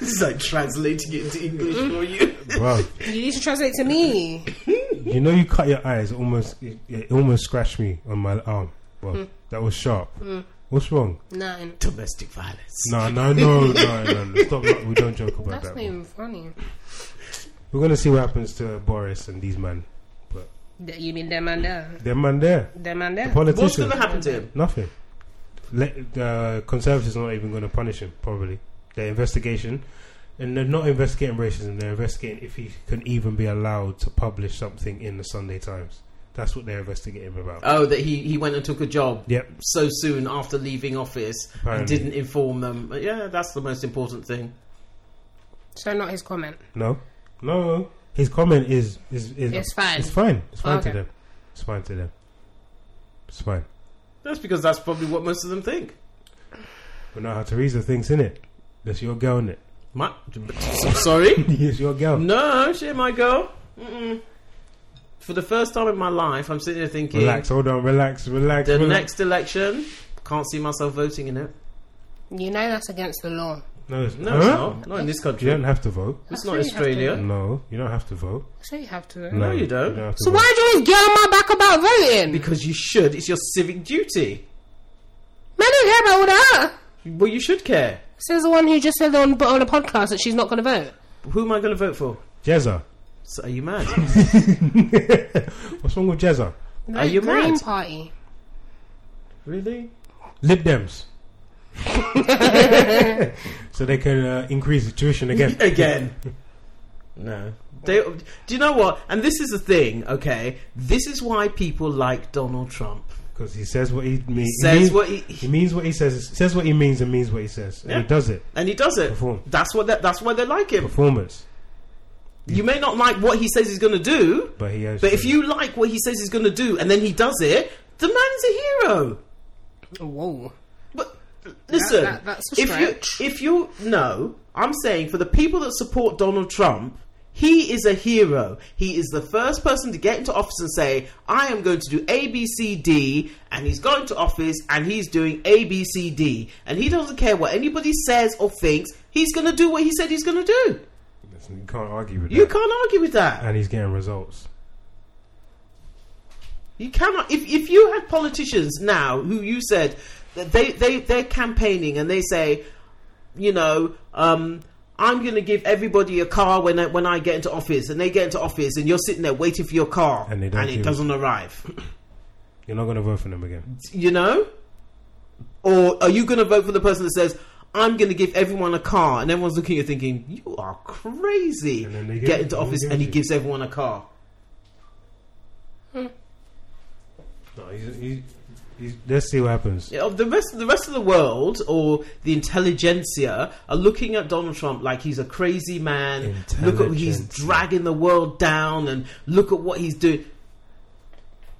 S2: This is like translating it into English for you.
S3: bro.
S4: you need to translate to me.
S3: you know, you cut your eyes. It almost, it, it almost scratched me on my arm. Well, that was sharp. What's wrong?
S4: Nine.
S2: Domestic violence.
S3: No, no, no, no, no, no. Stop. no, We don't joke about
S4: That's
S3: that.
S4: not even funny.
S3: We're gonna see what happens to Boris and these man.
S4: Th- You mean them and them?
S3: Them man there,
S4: Them and
S3: the
S4: them?
S2: What's going
S3: politicians,
S2: to happen to him?
S3: nothing. Let, the conservatives are not even going to punish him. Probably their investigation, and they're not investigating racism. They're investigating if he can even be allowed to publish something in the Sunday Times. That's what they're investigating him about.
S2: Oh, that he, he went and took a job
S3: yep,
S2: so soon after leaving office and
S3: Apparently.
S2: didn't inform them. But yeah, that's the most important thing.
S4: So not his comment.
S3: No, no. His comment is is, is
S4: It's fine.
S3: It's fine. It's fine
S4: Okay.
S3: to them. It's fine to them. It's fine.
S2: That's because that's probably what most of them think.
S3: But now how Teresa thinks in it. That's your girl in it.
S2: My, sorry?
S3: it's your girl.
S2: No, she ain't my girl. Mm-mm. For the first time in my life, I'm sitting here thinking
S3: Relax. Hold on. Relax. Relax.
S2: the
S3: relax.
S2: next election, can't see myself voting in it.
S4: You know that's against the law.
S3: No, it's,
S2: No,
S3: huh?
S2: it's not. Not in this
S3: You
S2: country.
S3: don't have to vote.
S2: It's
S4: I
S2: not
S4: think you have
S2: Australia.
S3: No, you don't have to vote.
S4: So you have to.
S2: No, you don't.
S3: have to
S4: So
S3: vote.
S4: why do you always get on my back about voting?
S2: Because you should. It's your civic duty.
S4: Man, I don't care about all that.
S2: Well, you should care.
S4: Says the one who just said on on a podcast that she's not going to vote.
S2: Who am I going to vote for?
S3: Jezza?
S2: So, are you mad?
S3: What's wrong with Jezza?
S4: The
S2: Are you
S4: Green
S2: mad?
S4: Party.
S2: really?
S3: Lib Dems. so they can uh, increase the tuition again.
S2: Again. No. They, do you know what? And this is the thing, okay? This is why people like Donald Trump.
S3: Because he says what he means.
S2: Says
S3: he means,
S2: what he-
S3: he means. What he says says what he means and means what he says, and
S2: Yeah.
S3: he does it.
S2: And he does it.
S3: Perform.
S2: That's what. That, that's why they like him.
S3: Performance,
S2: You may not like what he says he's going to do,
S3: but he has.
S2: but if you like what he says he's going to do and then he does it, the man's a hero.
S4: Whoa.
S2: But listen,
S4: that- that's a
S2: if
S4: stretch.
S2: you if you no, I'm saying for the people that support Donald Trump, he is a hero. He is the first person to get into office and say, "I am going to do A B C D," and he's going to office and he's doing A B C D, and he doesn't care what anybody says or thinks. He's going to do what he said he's going to do.
S3: Listen, you can't argue with
S2: You
S3: that.
S2: can't argue with that.
S3: and he's getting results.
S2: You cannot. If, if you had politicians now who you said that they, they, they're campaigning and they say, you know, um, I'm going to give everybody a car when I, when I get into office, and they get into office, and you're sitting there waiting for your car,
S3: And they don't give
S2: it
S3: it.
S2: doesn't arrive.
S3: You're not going to vote for them again.
S2: You know? Or are you going to vote for the person that says, I'm going to give everyone a car, and everyone's looking at you thinking, you are crazy.
S3: And then they
S2: get,
S3: give-
S2: into
S3: and they
S2: office,
S3: give
S2: and he
S3: you.
S2: gives everyone a car.
S3: No, he's, he's, You- Let's see what happens.
S2: Yeah, Of the rest, the rest of the world or the intelligentsia are looking at Donald Trump like he's a crazy man. Look at he's
S3: Intelligentsia.
S2: dragging the world down, and look at what he's doing.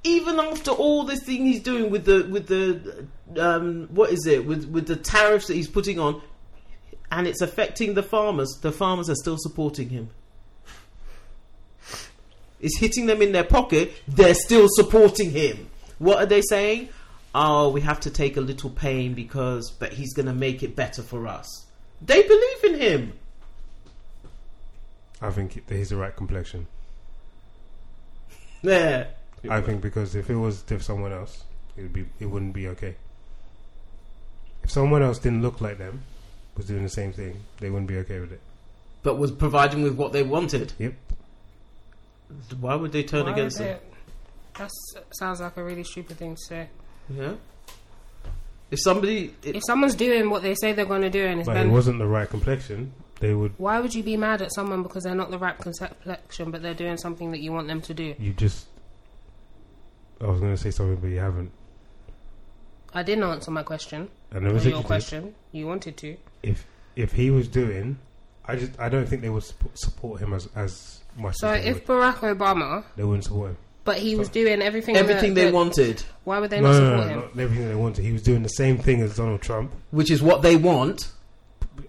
S2: Even after all this thing he's doing with the with the um, what is it with with the tariffs that he's putting on, and it's affecting the farmers. The farmers are still supporting him. It's hitting them in their pocket. They're still supporting him. What are they saying? Oh, we have to take a little pain because, but he's going to make it better for us. They believe in him.
S3: I think he's the right complexion.
S2: There.
S3: I think because if it was if someone else, it'd be it wouldn't be okay. If someone else didn't look like them, was doing the same thing, they wouldn't be okay with it.
S2: But was providing with what they wanted.
S3: Yep.
S2: Why would they turn
S4: Why
S2: against
S4: would
S2: him?
S4: they- That sounds like a really stupid thing to say.
S2: Yeah. If somebody, it-
S4: If someone's doing what they say they're going to do and it's
S3: But it
S4: been,
S3: wasn't the right complexion. They would.
S4: why would you be mad at someone because they're not the right complexion, but they're doing something that you want them to do?
S3: You just. I was going to say something, but you haven't.
S4: I didn't answer my question.
S3: I never
S4: Or
S3: said
S4: your
S3: you did.
S4: question. You wanted to.
S3: If if he was doing, I just I don't think they would support, support him as as much.
S4: So
S3: as they,
S4: if
S3: would.
S4: Barack Obama,
S3: they wouldn't support him.
S4: but he was doing everything,
S2: everything
S4: that-
S2: they
S4: that-
S2: wanted,
S4: why would they
S3: No,
S4: not
S3: no,
S4: support
S3: no,
S4: him?
S3: not everything they wanted. He was doing the same thing as Donald Trump.
S2: which is what they want,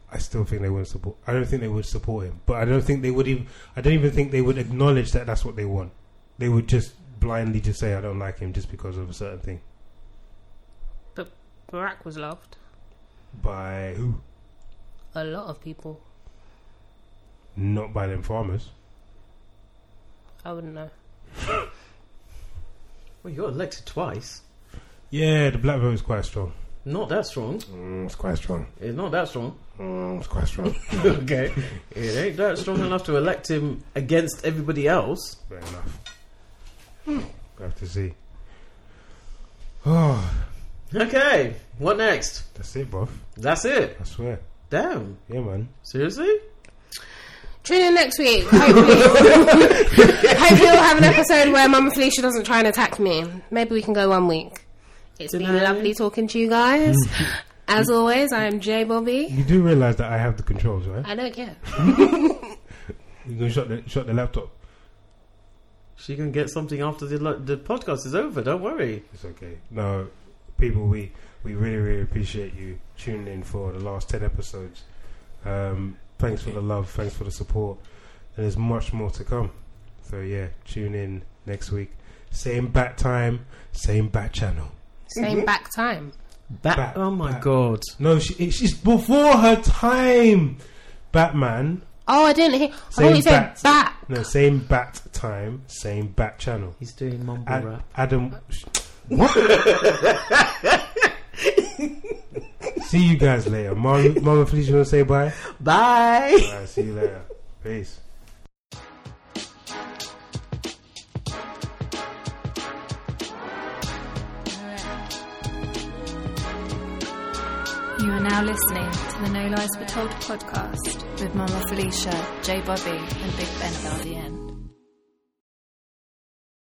S3: I still think they wouldn't support. I don't think they would support him, but I don't think they would even. I don't even think they would acknowledge that that's what they want. They would just blindly just say, "I don't like him" just because of a certain thing.
S4: But Barack was loved.
S3: By who?
S4: A lot of people.
S3: Not by them farmers.
S4: I wouldn't know.
S2: well, you're elected twice.
S3: Yeah, the black vote is quite strong.
S2: Not that strong.
S3: Mm, it's quite strong. Mm,
S2: It's not that strong.
S3: it's quite strong.
S2: okay. It ain't that strong enough to elect him against everybody else.
S3: Fair enough. We'll have to see. Oh,
S2: Okay. What next?
S3: that's it, bruv.
S2: That's it.
S3: I swear.
S2: Damn.
S3: Yeah, man.
S2: Seriously?
S4: Tune in next week. Hopefully, hopefully we'll have an episode where Mama Felicia doesn't try and attack me. Maybe we can go one week. It's been
S2: Tonight.
S4: lovely talking to you guys. As always, I am Jay Bobby.
S3: You do realize that I have the controls, right?
S4: I don't care.
S3: You can shut the shut the laptop.
S2: She can get something after the lo- the podcast is over. Don't worry.
S3: It's okay. No, people, we we really really appreciate you tuning in for the last ten episodes. Um, thanks for the love. Thanks for the support. And there's much more to come. So yeah, tune in next week. Same bat time, same bat channel.
S4: Same back time.
S2: Bat-
S3: Bat-
S2: oh my
S3: bat.
S2: god.
S3: No, she, it- she's before her time. Batman.
S4: Oh, I didn't hear. I
S3: Same
S4: thought you said
S3: bat.
S4: back.
S3: No, same bat time, same bat channel.
S2: He's doing mumble
S3: Ad,
S2: rap.
S3: Adam. What? see you guys later. Mom, Mom and Felicia, you want to say bye?
S2: Bye.
S3: All right, see you later. Peace.
S1: You are now listening to the No Lies Were Told podcast with Mama Felicia, J Bobby, and Big Ben Valdian.